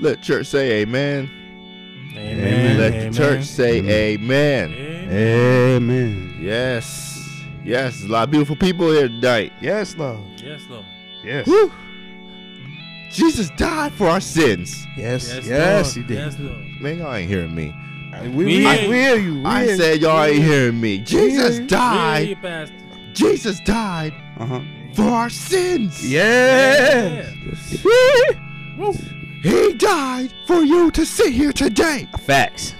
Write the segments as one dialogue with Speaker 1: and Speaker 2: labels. Speaker 1: Let church say amen.
Speaker 2: Amen.
Speaker 1: Let the church say amen.
Speaker 3: Amen.
Speaker 1: Yes. Yes. A lot of beautiful people here tonight.
Speaker 3: Yes, Lord.
Speaker 2: Yes, Lord.
Speaker 3: Yes.
Speaker 1: Woo. Jesus died for our sins.
Speaker 3: Yes. Yes, he
Speaker 2: Lord.
Speaker 3: did.
Speaker 2: Yes, Lord.
Speaker 1: Man, y'all ain't hearing me.
Speaker 3: We,
Speaker 2: We
Speaker 3: we,
Speaker 2: ain't-
Speaker 3: we hear you. We
Speaker 1: I
Speaker 3: hear
Speaker 1: said y'all ain't hearing me. Jesus
Speaker 3: Yeah.
Speaker 2: Yeah,
Speaker 1: died.
Speaker 2: you pastor.
Speaker 1: Jesus died
Speaker 3: you. Uh-huh.
Speaker 1: for our sins.
Speaker 3: Yeah.
Speaker 1: Woo. He died for you to sit here today.
Speaker 3: Facts.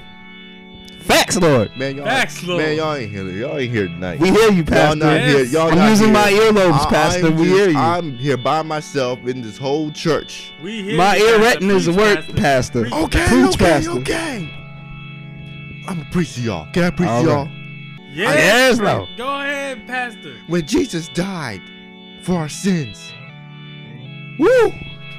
Speaker 3: Facts, Lord.
Speaker 1: Man, y'all,
Speaker 2: Facts, Lord.
Speaker 1: man, y'all ain't here. Y'all ain't here tonight.
Speaker 3: We hear you,
Speaker 1: y'all
Speaker 3: Pastor.
Speaker 1: not
Speaker 2: Yes.
Speaker 1: here. Y'all
Speaker 3: I'm
Speaker 1: not
Speaker 3: using
Speaker 1: here.
Speaker 3: my earlobes,
Speaker 1: I-
Speaker 3: Pastor.
Speaker 1: I'm
Speaker 3: we
Speaker 1: just-
Speaker 3: hear you.
Speaker 1: I'm here by myself in this whole church.
Speaker 2: We hear
Speaker 3: my
Speaker 2: you,
Speaker 3: ear
Speaker 2: Pastor.
Speaker 3: retinas
Speaker 2: Preach,
Speaker 3: work,
Speaker 2: Pastor.
Speaker 3: Pastor.
Speaker 2: Preach,
Speaker 1: Okay,
Speaker 3: Preach,
Speaker 1: okay,
Speaker 3: Pastor.
Speaker 1: okay. I'm gonna preach to y'all. Can I preach
Speaker 3: All
Speaker 1: to
Speaker 3: right.
Speaker 1: y'all?
Speaker 2: Yes,
Speaker 3: Yes,
Speaker 2: preach.
Speaker 3: Lord.
Speaker 2: Go ahead, Pastor.
Speaker 1: When Jesus died for our sins, woo!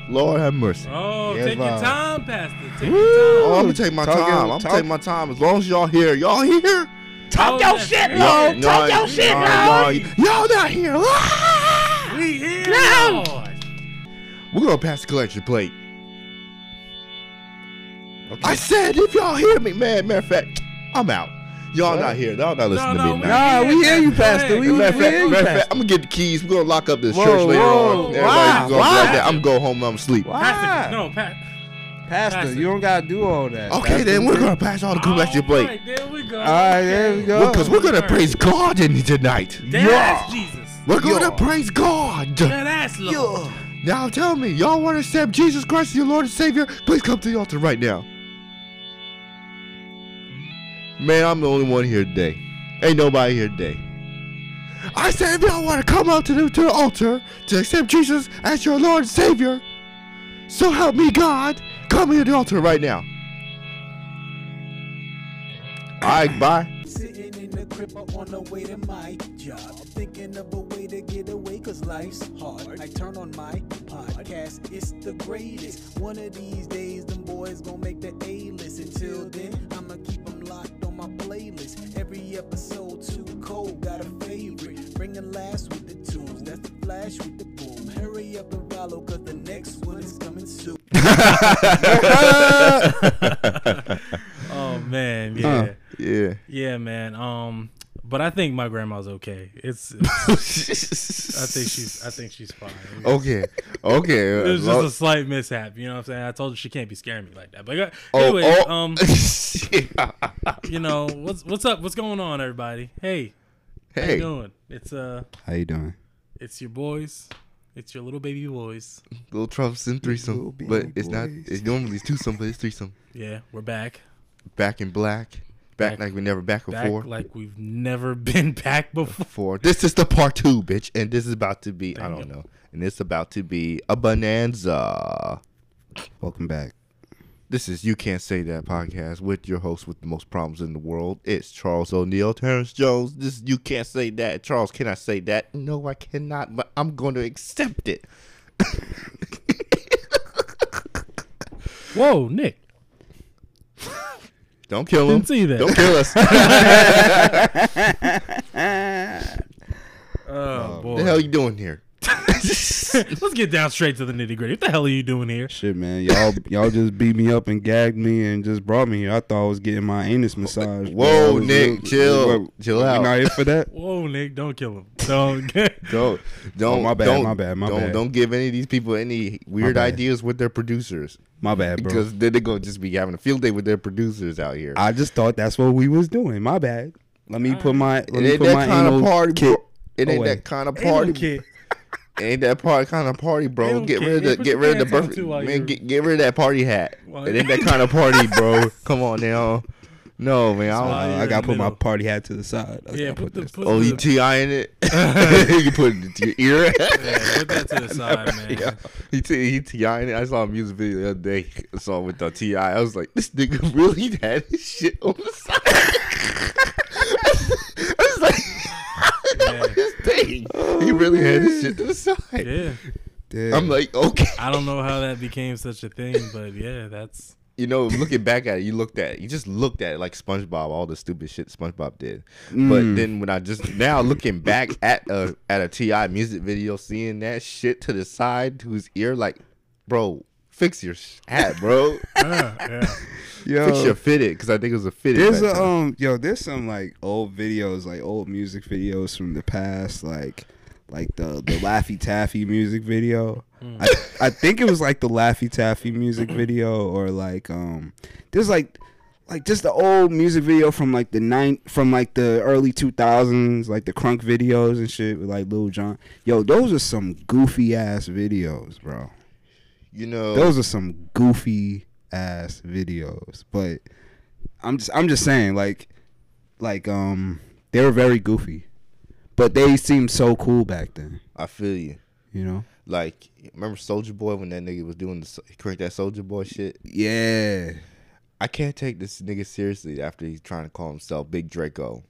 Speaker 1: Lord have mercy.
Speaker 2: Oh,
Speaker 3: Yes,
Speaker 2: take your
Speaker 3: Lord.
Speaker 2: time, Pastor. Take
Speaker 3: Woo.
Speaker 2: your
Speaker 1: Oh, I'm gonna take my
Speaker 3: Talk your-
Speaker 1: time. I'm
Speaker 3: talk-
Speaker 1: gonna take my time. As long as y'all here, y'all here.
Speaker 2: Talk your shit,
Speaker 1: Y'all, y'all,
Speaker 2: your shit,
Speaker 1: y'all,
Speaker 2: Lord.
Speaker 1: y'all not here. Ah!
Speaker 2: time. We here,
Speaker 1: No.
Speaker 2: Lord.
Speaker 1: We're gonna pass the collection plate. I said, if y'all hear me, man. Matter of fact, I'm out. Y'all
Speaker 3: What?
Speaker 1: not here. Y'all not listening
Speaker 2: no,
Speaker 1: to me.
Speaker 2: we
Speaker 1: tonight.
Speaker 3: Nah, we hear you, Pastor. We-
Speaker 2: Go
Speaker 1: Matter
Speaker 2: ahead.
Speaker 1: of
Speaker 2: Go
Speaker 1: fact,
Speaker 3: hear you,
Speaker 2: ahead.
Speaker 1: matter of fact,
Speaker 3: Pastor.
Speaker 1: I'm gonna get the keys. We're gonna lock up this
Speaker 3: Whoa,
Speaker 1: church later
Speaker 3: whoa,
Speaker 1: on. Everybody's
Speaker 3: why?
Speaker 1: gonna
Speaker 3: Why?
Speaker 1: grab that. I'm gonna go home. I'm sleep.
Speaker 3: Why?
Speaker 2: Pastor, no, Pastor.
Speaker 3: Pastor,
Speaker 2: Pastor.
Speaker 3: you don't gotta do all that.
Speaker 1: Okay,
Speaker 3: Pastor.
Speaker 1: then we're gonna pass all the collection
Speaker 3: Oh
Speaker 1: plate
Speaker 2: Alright, there we go.
Speaker 3: All right, there we go.
Speaker 1: because we're gonna
Speaker 2: Alright.
Speaker 1: praise God in tonight.
Speaker 2: Dead
Speaker 3: Yeah.
Speaker 2: ass Jesus.
Speaker 1: We're gonna
Speaker 3: Yeah.
Speaker 1: praise God.
Speaker 2: Dead ass Lord.
Speaker 1: Now tell me, y'all want to accept Jesus Christ as your Lord and Savior? Please come to the altar right now. Man, I'm the only one here today. Ain't nobody here today. I said, if y'all want to come out to the, to the altar to accept Jesus as your Lord and Savior, so help me God, come here to the altar right now. All right, bye.
Speaker 4: Sitting in the crib or on the way to my job. Thinking of a way to get away cause life's hard. I turn on my podcast, it's the greatest. One of these days, them boys gonna make the A list. Until then, I'ma keep them locked on my playlist. Every episode, too cold, got a favorite. Bringing laughs with the tunes, that's the flash with the boom. Hurry up and follow cause the next one is coming soon.
Speaker 2: Oh man, yeah,
Speaker 1: Yeah.
Speaker 2: yeah, man. Um, but I think my grandma's okay. It's, I think she's, I think she's fine.
Speaker 1: Okay. Okay.
Speaker 2: It was just a slight mishap, you know what I'm saying? I told her she can't be scaring me like that. But uh,
Speaker 1: Oh,
Speaker 2: anyway,
Speaker 1: oh.
Speaker 2: um,
Speaker 1: Yeah.
Speaker 2: you know what's what's up? What's going on, everybody? Hey, how you
Speaker 1: Hey,
Speaker 2: doing? It's uh,
Speaker 3: How you doing?
Speaker 2: it's your boys. It's your little baby boys.
Speaker 1: little Trumpson
Speaker 3: Little
Speaker 1: threesome,
Speaker 3: baby
Speaker 1: but it's not.
Speaker 3: boys.
Speaker 1: It's normally it's twosome, but it's threesome.
Speaker 2: Yeah, we're back.
Speaker 1: Back in black, back,
Speaker 2: Back-
Speaker 1: like we never back
Speaker 2: Back
Speaker 1: before.
Speaker 2: like we've never been back before.
Speaker 1: before this is the part two, bitch, and this is about to be. I don't know, and it's about to be a bonanza.
Speaker 3: Welcome back.
Speaker 1: This is You Can't Say That podcast with your host with the most problems in the world. It's Charles O'Neill, Terrence Jones. This is You Can't Say That. Charles, can I say that? No, I cannot, but I'm going to accept it.
Speaker 2: Whoa, Nick.
Speaker 1: Don't kill him.
Speaker 2: Didn't see that.
Speaker 1: Don't kill us.
Speaker 2: Oh,
Speaker 1: What the
Speaker 2: boy.
Speaker 1: hell you doing here?
Speaker 2: Let's get down straight to the nitty gritty. What the hell are you doing here?
Speaker 3: Shit, man, y'all y'all just beat me up and gagged me and just brought me here. I thought I was getting my anus massage.
Speaker 1: Whoa, Nick, chill. Chill out.
Speaker 3: You not here for that?
Speaker 2: Whoa, Nick, don't kill him. Don't get.
Speaker 1: Don't don't
Speaker 3: Oh, my bad,
Speaker 1: don't,
Speaker 3: my bad, my
Speaker 1: don't,
Speaker 3: bad.
Speaker 1: don't give any of these people any weird
Speaker 3: bad.
Speaker 1: ideas with their producers
Speaker 3: My bad, bro.
Speaker 1: because then they're gonna just be having a field day with their producers out here.
Speaker 3: I just thought that's what we was doing. My bad. Let me
Speaker 2: Uh,
Speaker 3: put my let
Speaker 1: it
Speaker 3: me
Speaker 1: ain't
Speaker 3: put my
Speaker 1: that kind
Speaker 3: anal
Speaker 1: of party.
Speaker 3: kit
Speaker 1: bro. It ain't
Speaker 3: away.
Speaker 1: that kind of
Speaker 2: Ain't no
Speaker 1: party.
Speaker 2: kid.
Speaker 1: It ain't that part kind of party,
Speaker 2: They
Speaker 1: bro.
Speaker 2: don't
Speaker 1: Get
Speaker 2: care.
Speaker 1: rid
Speaker 2: Yeah,
Speaker 1: of the
Speaker 2: put
Speaker 1: get
Speaker 2: your
Speaker 1: rid of the
Speaker 2: pants on,
Speaker 1: birth,
Speaker 2: too, while
Speaker 1: man.
Speaker 2: you're-
Speaker 1: Get, get rid of that party hat.
Speaker 2: While
Speaker 1: It ain't that kind of party, bro. Come on now. No man,
Speaker 3: Uh,
Speaker 1: I
Speaker 2: While
Speaker 1: don't.
Speaker 2: you're
Speaker 3: I
Speaker 2: in
Speaker 3: gotta
Speaker 2: the
Speaker 3: put my
Speaker 2: middle.
Speaker 3: party hat to the side. I
Speaker 2: Yeah,
Speaker 3: gotta
Speaker 2: put the put,
Speaker 1: Oh, you
Speaker 2: the-
Speaker 1: ti in it? you put it to your ear.
Speaker 2: yeah, put that to the side, man.
Speaker 1: Yeah, he t- he ti in it. I saw a music video the other day. I saw it with the ti. I was like, this nigga really had his shit on the side. I was like, that was his thing. he really had his shit to the side.
Speaker 2: Yeah.
Speaker 3: Damn.
Speaker 1: I'm like, okay.
Speaker 2: I don't know how that became such a thing, but yeah, that's
Speaker 1: You know, looking back at it, you looked at it, you just looked at it like SpongeBob, all the stupid shit SpongeBob did. But then when I just now looking back at a at a Ti music video, seeing that shit to the side to his ear, like, bro, Fix your hat, bro.
Speaker 2: Yeah, uh, yeah.
Speaker 3: Yo,
Speaker 1: Fix your fitted, because I think it was a fitted.
Speaker 3: There's
Speaker 1: back
Speaker 3: a
Speaker 1: then.
Speaker 3: um yo, there's some like old videos, like old music videos from the past, like like the the Laffy Taffy music video. I I think it was like the Laffy Taffy music video or like um there's like like just the old music video from like the nine from like the early 2000s like the crunk videos and shit with like Lil Jon. Yo, those are some goofy ass videos, bro.
Speaker 1: you know,
Speaker 3: Those are some goofy ass videos, but I'm just I'm just saying like like um they were very goofy, but they seemed so cool back then,
Speaker 1: I feel you.
Speaker 3: you know?
Speaker 1: Like, remember Soldier Boy when that nigga was doing the so- crank that Soldier Boy shit?
Speaker 3: Yeah.
Speaker 1: I can't take this nigga seriously after he's trying to call himself Big Draco.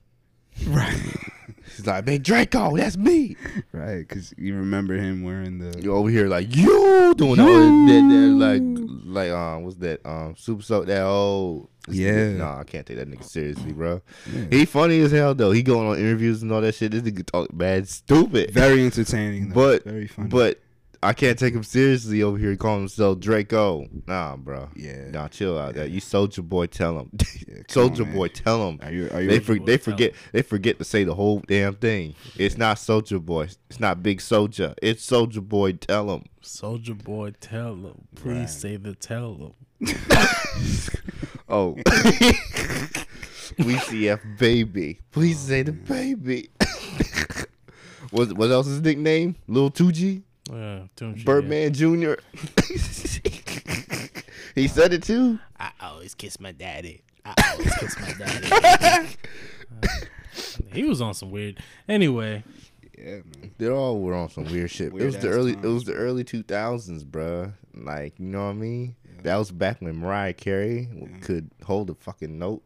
Speaker 3: Right.
Speaker 1: He's like, Big Draco, that's me.
Speaker 3: right, cuz you remember him wearing the
Speaker 1: You over here like you doing all this, that, that, like, like, um, what's that, um, super soap that old. this nigga-
Speaker 3: Yeah.
Speaker 1: nah, I can't take that nigga seriously, bro. He funny as hell though. He going on interviews and all that shit. This nigga talk bad, stupid.
Speaker 3: very entertaining, though.
Speaker 1: but
Speaker 3: very funny.
Speaker 1: But I can't take him seriously over here calling himself Draco. Nah, bro.
Speaker 3: Yeah.
Speaker 1: Nah, chill out. There. You soldier boy, tell him.
Speaker 3: Yeah, come
Speaker 1: soldier
Speaker 3: on,
Speaker 1: boy,
Speaker 3: man.
Speaker 1: tell him.
Speaker 3: Are you- are you-
Speaker 1: they, for,
Speaker 2: Soulja Boy,
Speaker 1: they
Speaker 2: tell
Speaker 1: forget.
Speaker 2: 'em.
Speaker 1: They forget to say the whole damn thing. It's not soldier boy. It's not big soldier. It's soldier boy. Tell him.
Speaker 2: Soldier Boy, tell him. Please say the tell him.
Speaker 1: Oh. we CF baby. Please
Speaker 3: Oh,
Speaker 1: say the baby. what what else is his nickname? Lil Tuji?
Speaker 2: Yeah, Toon Shit,
Speaker 1: Birdman Jr. he said it too.
Speaker 2: Yeah. I always kiss my daddy. I always kiss my daddy. Uh, he was on some weird. Anyway,
Speaker 3: yeah, man.
Speaker 1: They all were on some weird shit. it was the
Speaker 3: Weird-ass
Speaker 1: early it
Speaker 3: times.
Speaker 1: was the early two thousands, bruh. Like, you know what I mean? That was back when Mariah Carey w could hold a fucking note.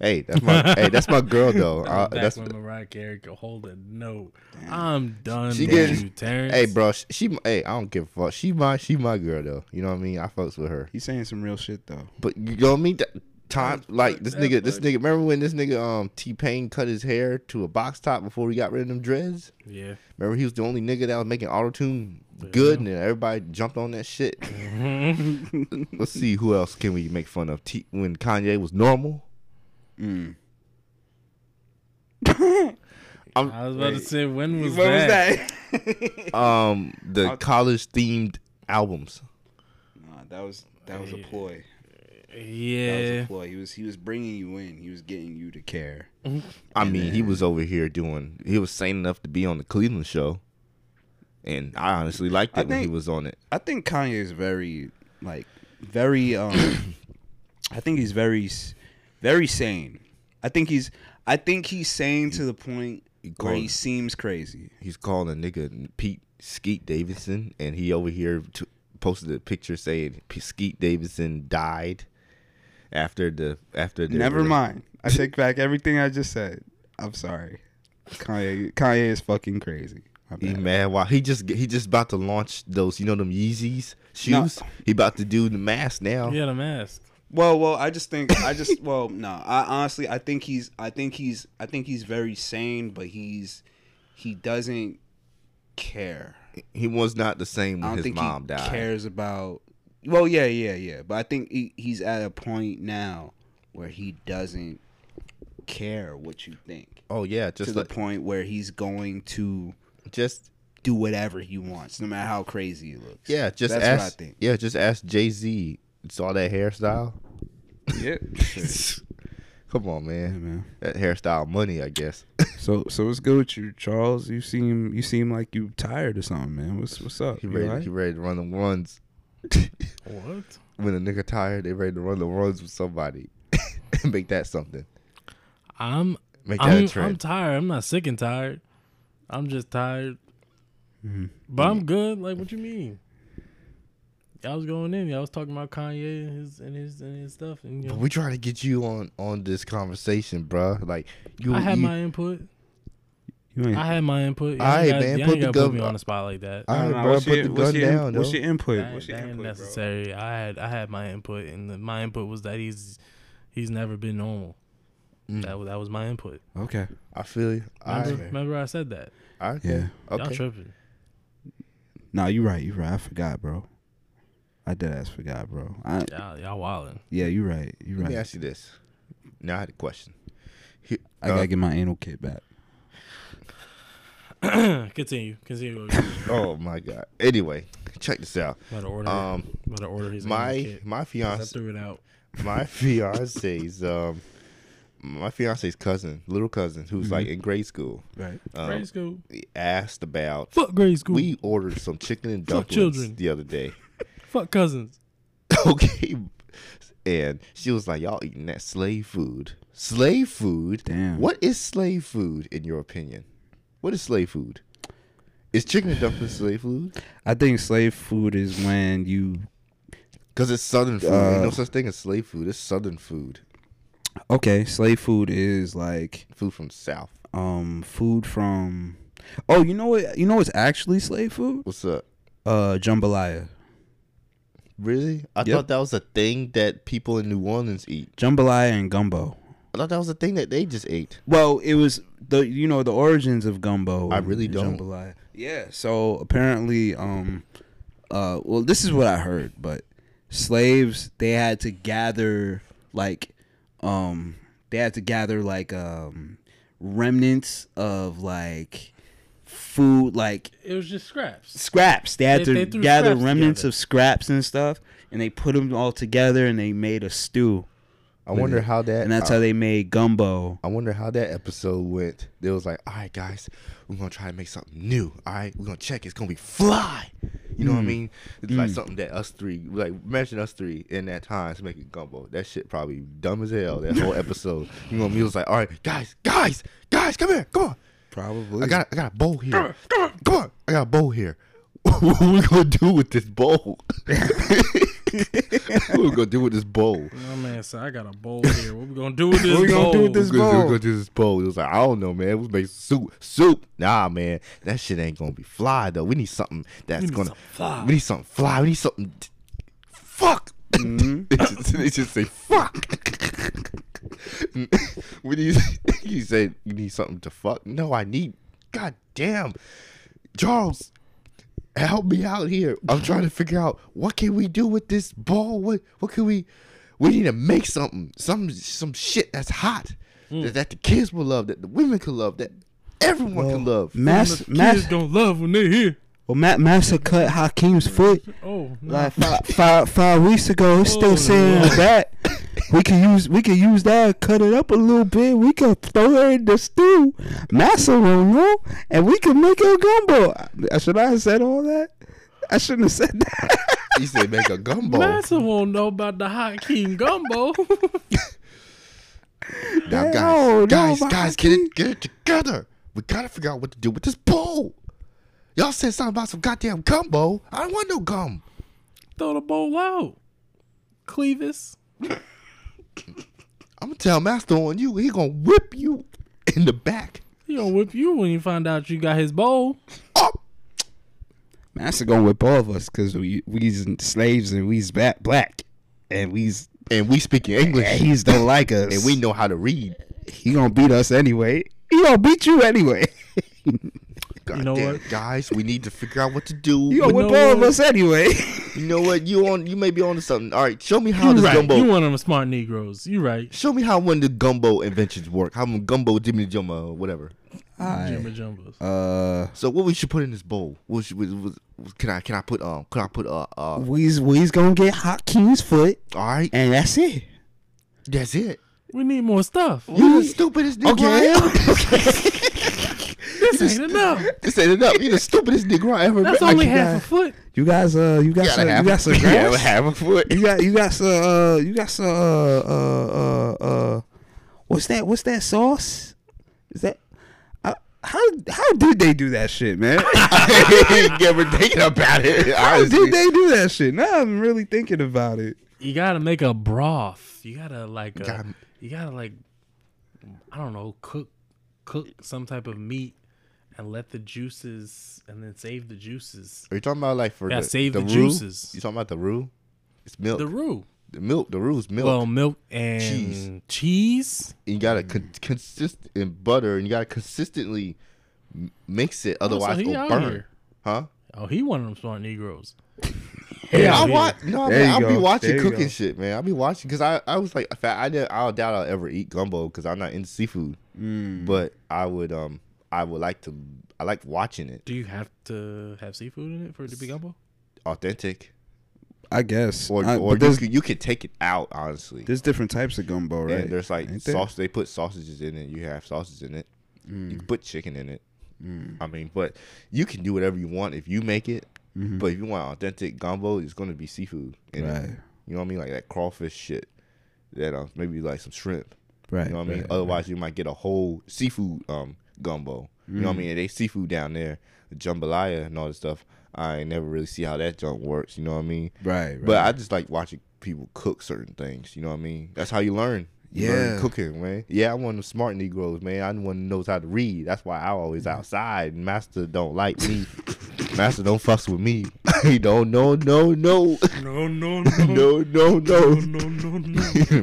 Speaker 1: Hey, that's my hey, that's my girl though. I,
Speaker 2: back
Speaker 1: Uh, that's
Speaker 2: when Mariah Carey could hold a note. I'm done
Speaker 1: She
Speaker 2: with
Speaker 1: getting-
Speaker 2: you, Terrence.
Speaker 1: Hey, bro, sh- she, hey, I don't give a fuck. She my she my girl though. You know what I mean? I fucks with her.
Speaker 3: He's saying some real shit though.
Speaker 1: But you know what I mean? Th- Time like this
Speaker 2: that,
Speaker 1: nigga, this
Speaker 2: bud.
Speaker 1: nigga. Remember when this nigga um T Pain cut his hair to a box top before he got rid of them dreads?
Speaker 2: Yeah.
Speaker 1: Remember he was the only nigga that was making auto tune good, and then everybody jumped on that shit. Let's see who else can we make fun of? T- when Kanye was normal. I'm-
Speaker 2: I was about to say, when was,
Speaker 3: What
Speaker 2: that?
Speaker 3: was that?
Speaker 1: um, the college themed albums.
Speaker 3: nah, that was that was a ploy. That was
Speaker 2: Yeah.
Speaker 3: a ploy. He was he was bringing you in. He was getting you to care.
Speaker 1: I mean, he was over here doing. He was sane enough to be on the Cleveland show, and I honestly liked it
Speaker 3: I
Speaker 1: when he
Speaker 3: think-
Speaker 1: was on it.
Speaker 3: I think Kanye is very like very um I think he's very s- very sane. I think he's I think he's sane to the point where
Speaker 1: called
Speaker 3: he
Speaker 1: it.
Speaker 3: seems crazy.
Speaker 1: He's calling a nigga Pete Skeet Davidson, and he over here t- posted a picture saying P- Skeet Davidson died after the after. The
Speaker 3: Never mind. I take back everything I just said. I'm sorry. Kanye Kanye is fucking crazy. My
Speaker 1: He
Speaker 3: bad.
Speaker 1: mad why he just he just about to launch those you know them Yeezys shoes. He about to do the mask now.
Speaker 2: He had a mask.
Speaker 3: Well, well, I just think I just well, no. I honestly I think he's I think he's I think he's very sane, but he's he doesn't care.
Speaker 1: He was not the same
Speaker 3: I
Speaker 1: when
Speaker 3: don't
Speaker 1: his
Speaker 3: think
Speaker 1: mom
Speaker 3: he
Speaker 1: died.
Speaker 3: cares about. Well, yeah, yeah, yeah. But I think he, he's at a point now where he doesn't care what you think
Speaker 1: Oh yeah,
Speaker 3: to
Speaker 1: just
Speaker 3: the
Speaker 1: like,
Speaker 3: point where he's going to
Speaker 1: just
Speaker 3: do whatever he wants, no matter how crazy it looks.
Speaker 1: Yeah, just
Speaker 3: That's
Speaker 1: ask.
Speaker 3: what I think.
Speaker 1: Yeah, just ask Jay Z. Saw that hairstyle?
Speaker 3: Yeah.
Speaker 1: Come on, man.
Speaker 3: man.
Speaker 1: That hairstyle money, I guess.
Speaker 3: So, so what's good with you, Charles? You seem you seem like you tired or something, man. What's what's up?
Speaker 1: He ready.
Speaker 3: all right?
Speaker 1: He ready to run the runs.
Speaker 2: What?
Speaker 1: When a nigga tired, they ready to run the runs with somebody. Make that something.
Speaker 2: I'm
Speaker 1: Make that
Speaker 2: I'm,
Speaker 1: a
Speaker 2: I'm
Speaker 1: trend.
Speaker 2: tired. I'm not sick and tired. I'm just tired.
Speaker 1: Mm-hmm.
Speaker 2: But I'm good. Like what you mean? Y'all was going in. Y'all was talking about Kanye and his and his and his stuff. And you know,
Speaker 1: we trying to get you on on this conversation, bruh. Like you,
Speaker 2: I had
Speaker 1: you-
Speaker 2: my input.
Speaker 3: You ain't-
Speaker 2: I had my input. Y'all
Speaker 1: Alright,
Speaker 2: ain't gotta-
Speaker 1: man,
Speaker 2: y'all
Speaker 1: put
Speaker 2: ain't
Speaker 1: the
Speaker 2: gotta
Speaker 1: gov-
Speaker 2: put me on the spot like that.
Speaker 1: All right,
Speaker 3: Nah,
Speaker 1: bro.
Speaker 3: what's
Speaker 1: Put
Speaker 3: your-
Speaker 1: the
Speaker 3: what's
Speaker 1: gun
Speaker 3: your in-
Speaker 1: down.
Speaker 3: What's
Speaker 1: though.
Speaker 3: your input?
Speaker 2: That
Speaker 3: what's
Speaker 2: ain't-
Speaker 3: your
Speaker 2: that ain't
Speaker 3: input, bro?
Speaker 2: necessary. I had I had my input, and the, my input was that he's he's never been normal.
Speaker 1: Mm.
Speaker 2: That was that was my input.
Speaker 3: Okay.
Speaker 1: I feel you. All
Speaker 2: Remember,
Speaker 1: right.
Speaker 2: remember I said that.
Speaker 1: All right.
Speaker 3: Yeah.
Speaker 1: Okay.
Speaker 2: Y'all tripping.
Speaker 3: No, you right. You right. I forgot, bro. I I dead ass forgot, bro. I,
Speaker 2: Y'all, y'all wildin'.
Speaker 3: yeah, you're right. You're
Speaker 1: Let me
Speaker 3: right.
Speaker 1: ask you this. Now I had a question. Here,
Speaker 3: I
Speaker 1: uh,
Speaker 3: gotta get my anal kit back.
Speaker 2: continue, continue. About
Speaker 1: oh my god. Anyway, check this out.
Speaker 2: to order.
Speaker 1: Um,
Speaker 2: about to order his anal
Speaker 1: my
Speaker 2: kit.
Speaker 1: my
Speaker 2: 'Cause I
Speaker 1: fiance
Speaker 2: threw it out.
Speaker 1: my fiance's um my fiance's cousin, little cousin, who's like
Speaker 3: Mm-hmm.
Speaker 1: in grade school,
Speaker 3: Right.
Speaker 1: um,
Speaker 2: grade school.
Speaker 1: asked about.
Speaker 2: Fuck grade school.
Speaker 1: We ordered some chicken and
Speaker 2: Fuck
Speaker 1: dumplings
Speaker 2: children.
Speaker 1: the other day.
Speaker 2: Fuck cousins.
Speaker 1: okay, and she was like, "Y'all eating that slave food? Slave food?
Speaker 3: Damn.
Speaker 1: What is slave food in your opinion? What is slave food? Is chicken and dumplings slave food?
Speaker 3: I think slave food is when you
Speaker 1: Because it's southern food. Ain't no
Speaker 3: Uh,
Speaker 1: such thing as slave food. It's southern food.
Speaker 3: okay. Slave food is like
Speaker 1: Food from the south.
Speaker 3: um food from. Oh, you know what? You know what's actually slave food?
Speaker 1: What's up?
Speaker 3: Uh, jambalaya.
Speaker 1: Really? I
Speaker 3: Yep.
Speaker 1: thought that was a thing that people in New Orleans eat.
Speaker 3: Jambalaya and gumbo.
Speaker 1: I thought that was a thing that they just ate.
Speaker 3: Well, it was the you know the origins of gumbo.
Speaker 1: I
Speaker 3: and-
Speaker 1: really
Speaker 3: and
Speaker 1: don't.
Speaker 3: Jambalaya. Yeah. So apparently, um, uh, well, this is what I heard, but slaves they had to gather like, um, they had to gather like um remnants of like food like
Speaker 2: It was just scraps.
Speaker 3: scraps. They had
Speaker 2: They-
Speaker 3: to
Speaker 2: they threw
Speaker 3: gather
Speaker 2: scraps
Speaker 3: remnants
Speaker 2: together.
Speaker 3: of scraps and stuff, and they put them all together and they made a stew,
Speaker 1: I wonder how that.
Speaker 3: and that's
Speaker 1: I,
Speaker 3: how they made gumbo.
Speaker 1: I wonder how that episode went. They was like, all right, guys, we're going to try to make something new. All right, we're going to check. It's going to be fly. You know what I mean? It's like something that us three, like, imagine us three in that time to make a gumbo. That shit probably dumb as hell, that whole episode. you know what I mean? It was like, all right, guys, guys, guys, come here. Come on.
Speaker 3: Probably.
Speaker 1: I got I got a bowl here. Come on, come on, I got a bowl here. what we gonna do with this bowl? what we gonna do with this bowl?
Speaker 2: My man said, "I got a bowl here. What we gonna do with this
Speaker 3: we gonna
Speaker 2: bowl?
Speaker 3: do with this
Speaker 1: We're gonna,
Speaker 3: bowl?
Speaker 1: we're gonna do this bowl. It was like I don't know, man. We make soup, soup. Nah, man, that shit ain't gonna be fly though. We need something that's
Speaker 2: need
Speaker 1: gonna.
Speaker 2: something fly.
Speaker 1: We need something fly. We need something. t- fuck.
Speaker 3: Mm-hmm.
Speaker 1: they, just, they just say fuck. we need. You say you need something to fuck. No, I need. God damn, Charles. Help me out here. I'm trying to figure out what can we do with this ball. What what can we? We need to make something, some some shit that's hot, that, that the kids will love, that the women can love, that everyone can love.
Speaker 3: Mass,
Speaker 2: Kids
Speaker 3: mass,
Speaker 2: gonna love when they here."
Speaker 3: well, Ma- Massa cut Hakeem's foot
Speaker 2: Oh, no.
Speaker 3: like five, five, five weeks ago. It's
Speaker 2: Oh,
Speaker 3: still saying
Speaker 2: Lord.
Speaker 3: that we can use we can use that, cut it up a little bit. We can throw it in the stew. Massa won't know, and we can make a gumbo. I- Should I have said all that? I shouldn't have said that.
Speaker 1: He said make a gumbo.
Speaker 2: Massa won't know about the hot king gumbo.
Speaker 1: Now,
Speaker 3: Yeah,
Speaker 1: guys,
Speaker 3: no, no,
Speaker 1: guys,
Speaker 3: my
Speaker 1: guys, get it, get it together. We gotta figure out what to do with this bowl. Y'all said something about some goddamn gumbo. I don't want no gum.
Speaker 2: Throw the bowl out, Clevis.
Speaker 1: I'm gonna tell Master on you. He gonna whip you in the back.
Speaker 2: He gonna whip you when you find out you got his bowl.
Speaker 1: Up.
Speaker 3: Massa gonna whip all of us because we we's slaves and we's back black, and we's
Speaker 1: And we speaking English,
Speaker 3: he's don't like us,
Speaker 1: and we know how to read.
Speaker 3: he gonna beat us anyway. He gonna beat you anyway.
Speaker 1: God
Speaker 2: know
Speaker 1: damn,
Speaker 2: what?
Speaker 1: guys, we need to figure out what to do.
Speaker 3: You gonna
Speaker 2: You
Speaker 3: whip
Speaker 2: know
Speaker 3: all of
Speaker 2: what?
Speaker 3: us anyway.
Speaker 1: You know what? You on? You may be onto something. All right, show me how
Speaker 2: You
Speaker 1: this
Speaker 2: right.
Speaker 1: gumbo.
Speaker 2: You one of them smart Negroes. You right.
Speaker 1: show me how one of the gumbo inventions work. How gumbo, Jimmy Jumbo, whatever.
Speaker 2: Jimmy Jumbos.
Speaker 3: Uh,
Speaker 1: So what we should put in this bowl? What should, what, what, can I can I put um can I put uh uh all
Speaker 3: we's we's gonna get Hot King's foot,
Speaker 1: right
Speaker 3: and that's it.
Speaker 1: that's it.
Speaker 2: we need more stuff.
Speaker 1: You the stupidest nigga I
Speaker 3: Okay.
Speaker 1: ever.
Speaker 2: This ain't enough.
Speaker 1: This ain't enough. You the stupidest nigga I ever.
Speaker 2: That's
Speaker 1: met.
Speaker 2: only
Speaker 1: I
Speaker 2: half a foot.
Speaker 3: You guys, uh, you got
Speaker 1: gotta
Speaker 3: some, you
Speaker 1: have
Speaker 3: got some
Speaker 1: a, gotta
Speaker 3: grass.
Speaker 1: have a foot.
Speaker 3: You got, you got some, uh, you got some, uh, uh, uh, uh, what's that? What's that sauce? Is that? I- How how did they do that shit, man?
Speaker 1: I ain't ever thinking about it.
Speaker 3: How
Speaker 1: honestly.
Speaker 3: did they do that shit? Now I'm really thinking about it.
Speaker 2: You gotta make a broth. You gotta like uh
Speaker 1: gotta-
Speaker 2: you gotta like I don't know, cook cook some type of meat and let the juices and then save the juices.
Speaker 1: Are you talking about like for
Speaker 2: Yeah,
Speaker 1: the,
Speaker 2: save
Speaker 1: the,
Speaker 2: the
Speaker 1: roux?
Speaker 2: juices.
Speaker 1: You talking about the roux? It's milk.
Speaker 2: The
Speaker 1: The,
Speaker 2: roux.
Speaker 1: milk. The roux is milk.
Speaker 2: Well, milk and
Speaker 1: Cheese.
Speaker 2: cheese.
Speaker 1: and you gotta con- consist and butter, and you gotta consistently m- mix it. Otherwise,
Speaker 2: he
Speaker 1: it'll
Speaker 2: out
Speaker 1: burn.
Speaker 2: here.
Speaker 1: Huh?
Speaker 2: Oh, he one of them smart Negroes.
Speaker 1: Yeah, I
Speaker 2: Yeah.
Speaker 1: watch. No,
Speaker 3: There
Speaker 1: man,
Speaker 3: you
Speaker 1: I'll be
Speaker 3: go.
Speaker 1: watching
Speaker 3: There you
Speaker 1: cooking
Speaker 3: go.
Speaker 1: shit, man. I'll be watching because I, I was like, in fact, I did, I doubt I'll ever eat gumbo because I'm not into seafood.
Speaker 3: Mm.
Speaker 1: But I would, um, I would like to. I like watching it
Speaker 2: Do you have to have seafood in it for it to be gumbo?
Speaker 1: authentic,
Speaker 3: I guess.
Speaker 1: or
Speaker 3: I-
Speaker 1: or
Speaker 3: but
Speaker 1: you
Speaker 3: there's,
Speaker 1: could, you could take it out honestly.
Speaker 3: there's different types of gumbo,
Speaker 1: Yeah,
Speaker 3: right?
Speaker 1: there's like
Speaker 3: Ain't there?
Speaker 1: sauce. They put sausages in it. You have sausages in it.
Speaker 3: Mm.
Speaker 1: You can put chicken in it. I mean, but you can do whatever you want if you make it. But if you want authentic gumbo, it's going to be seafood. In it.
Speaker 3: Mm-hmm. Right.
Speaker 1: You know what I mean? Like that crawfish shit. That um, maybe like some shrimp.
Speaker 3: Right.
Speaker 1: You know what I mean?
Speaker 3: right.
Speaker 1: Otherwise, you might get a whole seafood um gumbo. You know
Speaker 3: Mm.
Speaker 1: what I mean? They seafood down there, jambalaya and all this stuff. I ain't never really see how that junk works. You know what I mean?
Speaker 3: Right, right.
Speaker 1: But I just like watching people cook certain things. You know what I mean? That's how you learn. You learn
Speaker 3: Yeah.
Speaker 1: cooking, man. Yeah, I'm one of the smart Negroes, man. I'm the one who knows how to read. That's why I always outside. Master don't like me. Master don't fucks with me. he don't. No, no, no,
Speaker 2: No, no,
Speaker 1: no, no, no.
Speaker 2: no, no.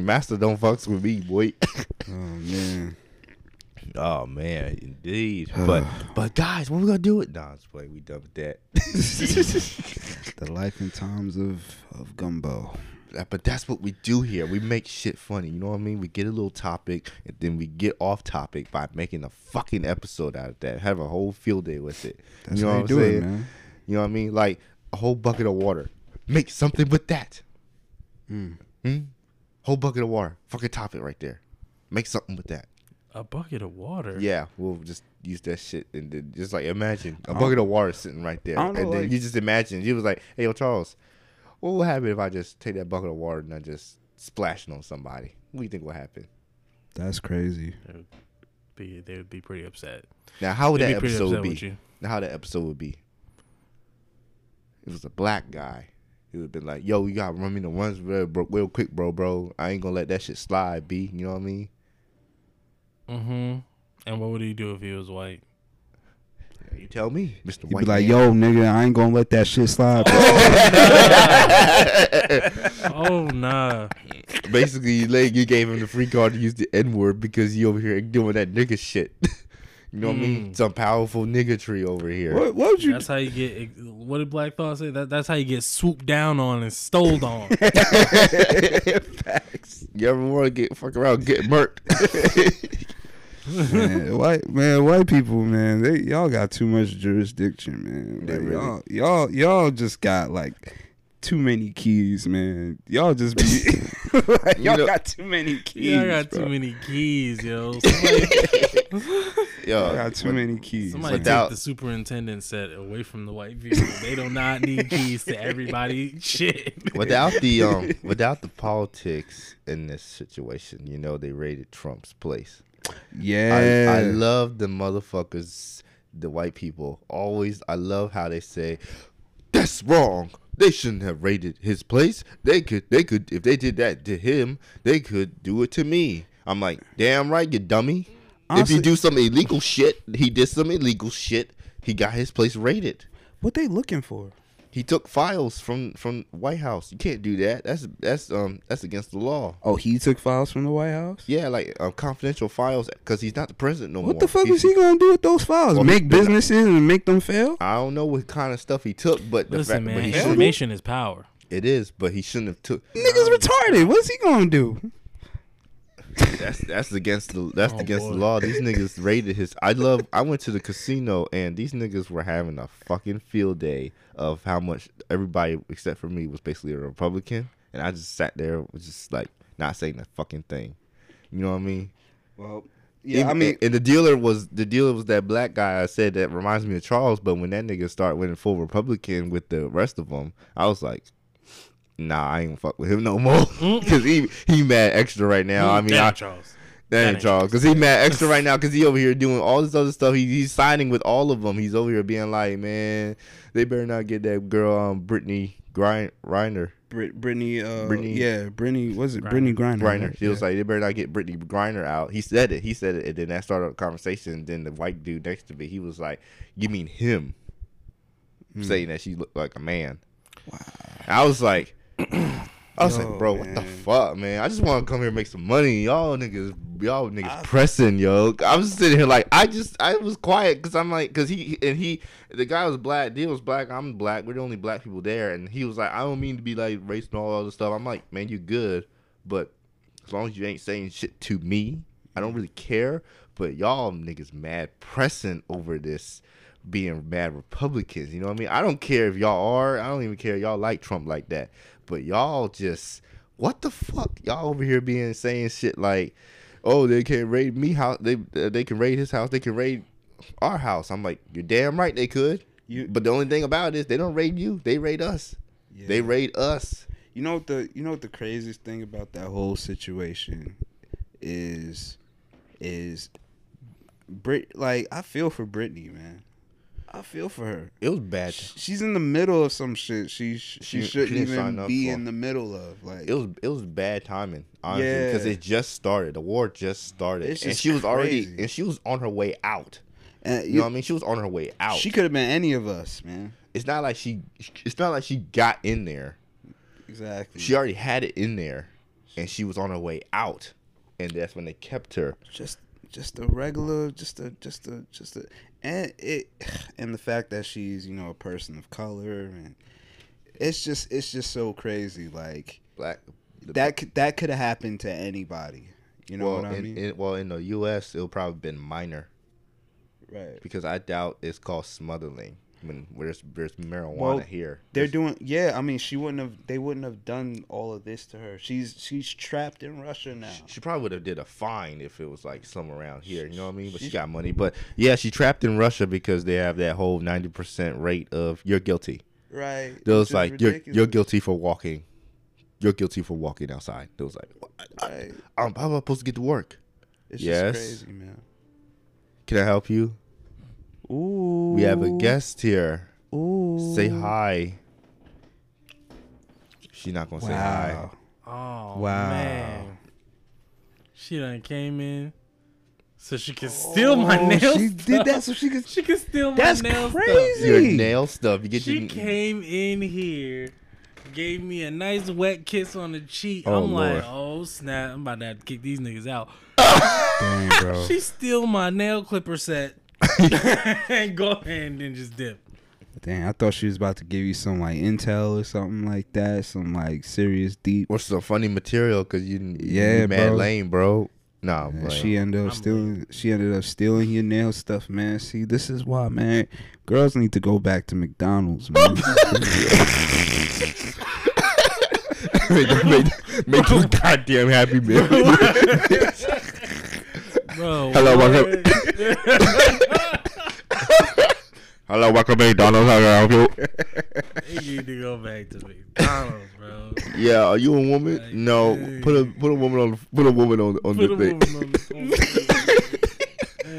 Speaker 1: Master don't fucks with me, boy.
Speaker 3: oh man.
Speaker 1: Oh man, indeed. But but guys, what we gonna do with Don's play? We done with that.
Speaker 3: The life and times of of gumbo.
Speaker 1: That- but that's what we do here. We make shit funny. You know what I mean? We get a little topic and then we get off topic by making a fucking episode out of that. Have a whole field day with it.
Speaker 3: That's
Speaker 1: you know
Speaker 3: how
Speaker 1: what
Speaker 3: you
Speaker 1: I'm
Speaker 3: do it,
Speaker 1: saying?
Speaker 3: man.
Speaker 1: You know what I mean? Like a whole bucket of water. Make something with that. Hmm? Whole bucket of water. Fucking topic right there. Make something with that.
Speaker 2: A bucket of water.
Speaker 1: Yeah, we'll just use that shit and then just like imagine a bucket of water sitting right there,
Speaker 3: I don't
Speaker 1: and
Speaker 3: know,
Speaker 1: then
Speaker 3: like-
Speaker 1: you just imagine. You was like, "Hey, yo, Charles, what would happen if I just take that bucket of water and I just splash it on somebody? What do you think will happen?"
Speaker 3: That's crazy.
Speaker 2: Be, they would be pretty upset.
Speaker 1: Now, how would Oh,
Speaker 2: They'd
Speaker 1: that
Speaker 2: be pretty
Speaker 1: episode
Speaker 2: upset
Speaker 1: be?
Speaker 2: with you.
Speaker 1: Now, how that episode would be? It was a black guy. He would have been like, "Yo, you gotta run me the ones real, bro, real quick, bro, bro. I ain't gonna let that shit slide, b. You know what I mean?
Speaker 2: Mm-hmm. And what would he do if he was white?
Speaker 1: You tell me, Mister
Speaker 3: You'd
Speaker 1: White."
Speaker 3: be like,
Speaker 1: man.
Speaker 3: yo, nigga, I ain't gonna let that shit slide. bro."
Speaker 2: Oh nah.
Speaker 1: basically you, like, you gave him the free card to use the N word because you over here doing that nigga shit. you know what I mean? Some powerful nigga tree over here.
Speaker 3: Hmm. what, what would you
Speaker 2: That's how you get what did Black Thought say? That that's how you get swooped down on and stoled on.
Speaker 1: You ever want to get fuck around, get murked?
Speaker 3: man, white man, white people, man, they y'all got too much jurisdiction, man.
Speaker 1: They
Speaker 3: Like,
Speaker 1: really-
Speaker 3: y'all, y'all, y'all just got like too many keys, man. Y'all just be like,
Speaker 1: You
Speaker 3: y'all
Speaker 1: know-
Speaker 3: got too many keys.
Speaker 2: Yeah, I got
Speaker 3: bro.
Speaker 2: too many keys, yo. Somebody,
Speaker 1: Yo,
Speaker 3: Y'all got too
Speaker 1: but-
Speaker 3: many keys.
Speaker 2: somebody
Speaker 3: man.
Speaker 1: Without-
Speaker 2: take the superintendent set away from the white people. They do not need keys to everybody. Shit.
Speaker 1: without the um, without the politics in this situation, you know they raided Trump's place.
Speaker 3: yeah,
Speaker 1: I, I love the motherfuckers, the white people. Always, I love how they say, "That's wrong. They shouldn't have raided his place. They could, they could, if they did that to him, they could do it to me." I'm like, "Damn right, you dummy. if
Speaker 3: Honestly-
Speaker 1: you do some illegal shit, he did some illegal shit. He got his place raided.
Speaker 3: what they looking for?
Speaker 1: He took files from from White House. You can't do that. That's that's um that's against the law."
Speaker 3: Oh, he took files from the White House.
Speaker 1: Yeah, like um, confidential files, because he's not the president no more.
Speaker 3: What the fuck
Speaker 1: He's-
Speaker 3: is he gonna do with those files?
Speaker 1: Well, he-
Speaker 3: make businesses and make them fail?
Speaker 1: I don't know what kind of stuff he took, but the
Speaker 2: Listen,
Speaker 1: fact, but
Speaker 2: man,
Speaker 1: he shouldn't,
Speaker 2: information is power.
Speaker 1: it is, but he shouldn't have took.
Speaker 3: Niggas retarded. What's he gonna do?
Speaker 1: That's that's against the that's
Speaker 2: Oh,
Speaker 1: against
Speaker 2: boy.
Speaker 1: the law. These niggas raided his. I love. I went to the casino and these niggas were having a fucking field day of how much everybody except for me was basically a Republican, and I just sat there was just like not saying a fucking thing. You know what I mean?
Speaker 3: Well,
Speaker 1: Even- and the dealer was the dealer was that black guy I said that reminds me of Charles. But when that nigga start winning full Republican with the rest of them, I was like, Nah, I ain't gonna fuck with him no more because he he mad extra right now. I mean,
Speaker 2: Damn,
Speaker 1: I,
Speaker 2: Charles.
Speaker 1: Mm, that
Speaker 2: that
Speaker 1: ain't
Speaker 2: ain't
Speaker 1: Charles because he mad extra right now because he over here doing all this other stuff. He, he's signing with all of them. He's over here being like, Man, they better not get that girl um Brittany Grind Reiner.
Speaker 3: Brit- Brittany, uh,
Speaker 1: Brittany-
Speaker 3: yeah, Brittany, was it
Speaker 2: Griner.
Speaker 3: Brittany Griner?
Speaker 1: Griner.
Speaker 3: right?
Speaker 1: She was like, they better not get Brittany Griner out. He said it. He said it, and then that started a conversation. Then the white dude next to me, he was like, "You mean him?" Saying that she looked like a man. I was like, I was
Speaker 3: Yo,
Speaker 1: like, bro, what the
Speaker 3: man.
Speaker 1: fuck, man? I just want to come here and make some money. Y'all niggas y'all niggas pressing, yo. I'm sitting here like I just I was quiet because I'm like because he and he the guy was black, deal was black, I'm black. We're the only black people there, and he was like, I don't mean to be like racist and all other stuff. I'm like, man, you good, but as long as you ain't saying shit to me, I don't really care. But y'all niggas mad pressing over this being mad Republicans. You know what I mean? I don't care if y'all are. I don't even care if y'all like Trump like that. But y'all just what the fuck? Y'all over here being saying shit like, oh, they can raid me house. They they can raid his house. They can raid our house. I'm like, you're damn right they could.
Speaker 3: You-
Speaker 1: but the only thing about it is they don't raid you. They raid us. They
Speaker 3: Yeah.
Speaker 1: raid us.
Speaker 3: You know what the you know what the craziest thing about that whole situation is is Brit like I feel for Brittany, man. I feel for her.
Speaker 1: It was bad.
Speaker 3: She's in the middle of some shit she sh- she,
Speaker 1: She-
Speaker 3: shouldn't
Speaker 1: she didn't sign
Speaker 3: even
Speaker 1: up
Speaker 3: be
Speaker 1: for.
Speaker 3: in the middle of. Like
Speaker 1: It was it was bad timing, honestly, because
Speaker 3: Yeah.
Speaker 1: it just started. The war just started,
Speaker 3: It's
Speaker 1: and
Speaker 3: just
Speaker 1: she was already
Speaker 3: crazy.
Speaker 1: and she was on her way out.
Speaker 3: and,
Speaker 1: You know what I mean? She was on her way out.
Speaker 3: She could have been any of us, man.
Speaker 1: it's not like she it's not like she got in there.
Speaker 3: Exactly.
Speaker 1: She already had it in there and she was on her way out. And that's when they kept her.
Speaker 3: just just a regular just a just a just a and it and the fact that she's you know a person of color and it's just it's just so crazy like
Speaker 1: Black
Speaker 3: that could that could have happened to anybody you know
Speaker 1: well,
Speaker 3: what i
Speaker 1: in,
Speaker 3: mean
Speaker 1: in- well in the US it'll probably been minor
Speaker 3: right
Speaker 1: because I doubt it's called smuggling when there's there's marijuana
Speaker 3: Well,
Speaker 1: here.
Speaker 3: they're
Speaker 1: There's-
Speaker 3: doing yeah i mean she wouldn't have they wouldn't have done all of this to her she's she's trapped in russia now
Speaker 1: she probably would have did a fine if it was like somewhere around here, you know what I mean? But she got money. But yeah, she trapped in Russia because they have that whole ninety percent rate of you're guilty.
Speaker 3: right
Speaker 1: They
Speaker 3: which
Speaker 1: was
Speaker 3: is
Speaker 1: like you're you're
Speaker 3: ridiculous,
Speaker 1: guilty for walking. You're guilty for walking outside. They was like,
Speaker 3: right?
Speaker 1: um, how am I supposed to get to work?
Speaker 3: it's
Speaker 1: Yes.
Speaker 3: just crazy man
Speaker 1: Can I help you?
Speaker 3: ooh
Speaker 1: We have a guest here.
Speaker 3: ooh
Speaker 1: Say hi. She not gonna say hi.
Speaker 2: Oh
Speaker 3: Wow.
Speaker 2: man, she done came in, so she can steal my nails.
Speaker 3: Oh, she did
Speaker 2: stuff.
Speaker 3: that so she could
Speaker 2: She can steal my
Speaker 3: That's
Speaker 2: nails.
Speaker 3: crazy.
Speaker 1: Your nail stuff. You get
Speaker 2: She
Speaker 1: your-
Speaker 2: came in here, gave me a nice wet kiss on the cheek.
Speaker 1: Oh,
Speaker 2: I'm
Speaker 1: Lord.
Speaker 2: like, oh snap! I'm about to have to kick these niggas out.
Speaker 3: Dang, bro.
Speaker 2: She steal my nail clipper set and go ahead and just dip.
Speaker 3: Dang, I thought she was about to give you some like intel or something like that, some like serious deep.
Speaker 1: or some funny material because you you
Speaker 3: Yeah,
Speaker 1: mad
Speaker 3: bro.
Speaker 1: lame, bro. Nah,
Speaker 3: And
Speaker 1: bro.
Speaker 3: she ended up
Speaker 2: I'm
Speaker 3: stealing. She ended up stealing your nail stuff, man. See, this is why, man. Girls need to go back to McDonald's, man.
Speaker 1: make, make, make you goddamn happy, man.
Speaker 2: Bro,
Speaker 1: Hello,
Speaker 2: what?
Speaker 1: Hello, welcome to McDonald's. How can I help you?
Speaker 2: You need to go back to McDonald's, bro.
Speaker 1: Yeah, are you a woman?
Speaker 2: Like,
Speaker 1: no,
Speaker 2: hey.
Speaker 1: put a put a woman on put a woman on on
Speaker 2: Put a
Speaker 1: the thing.
Speaker 2: woman on the phone.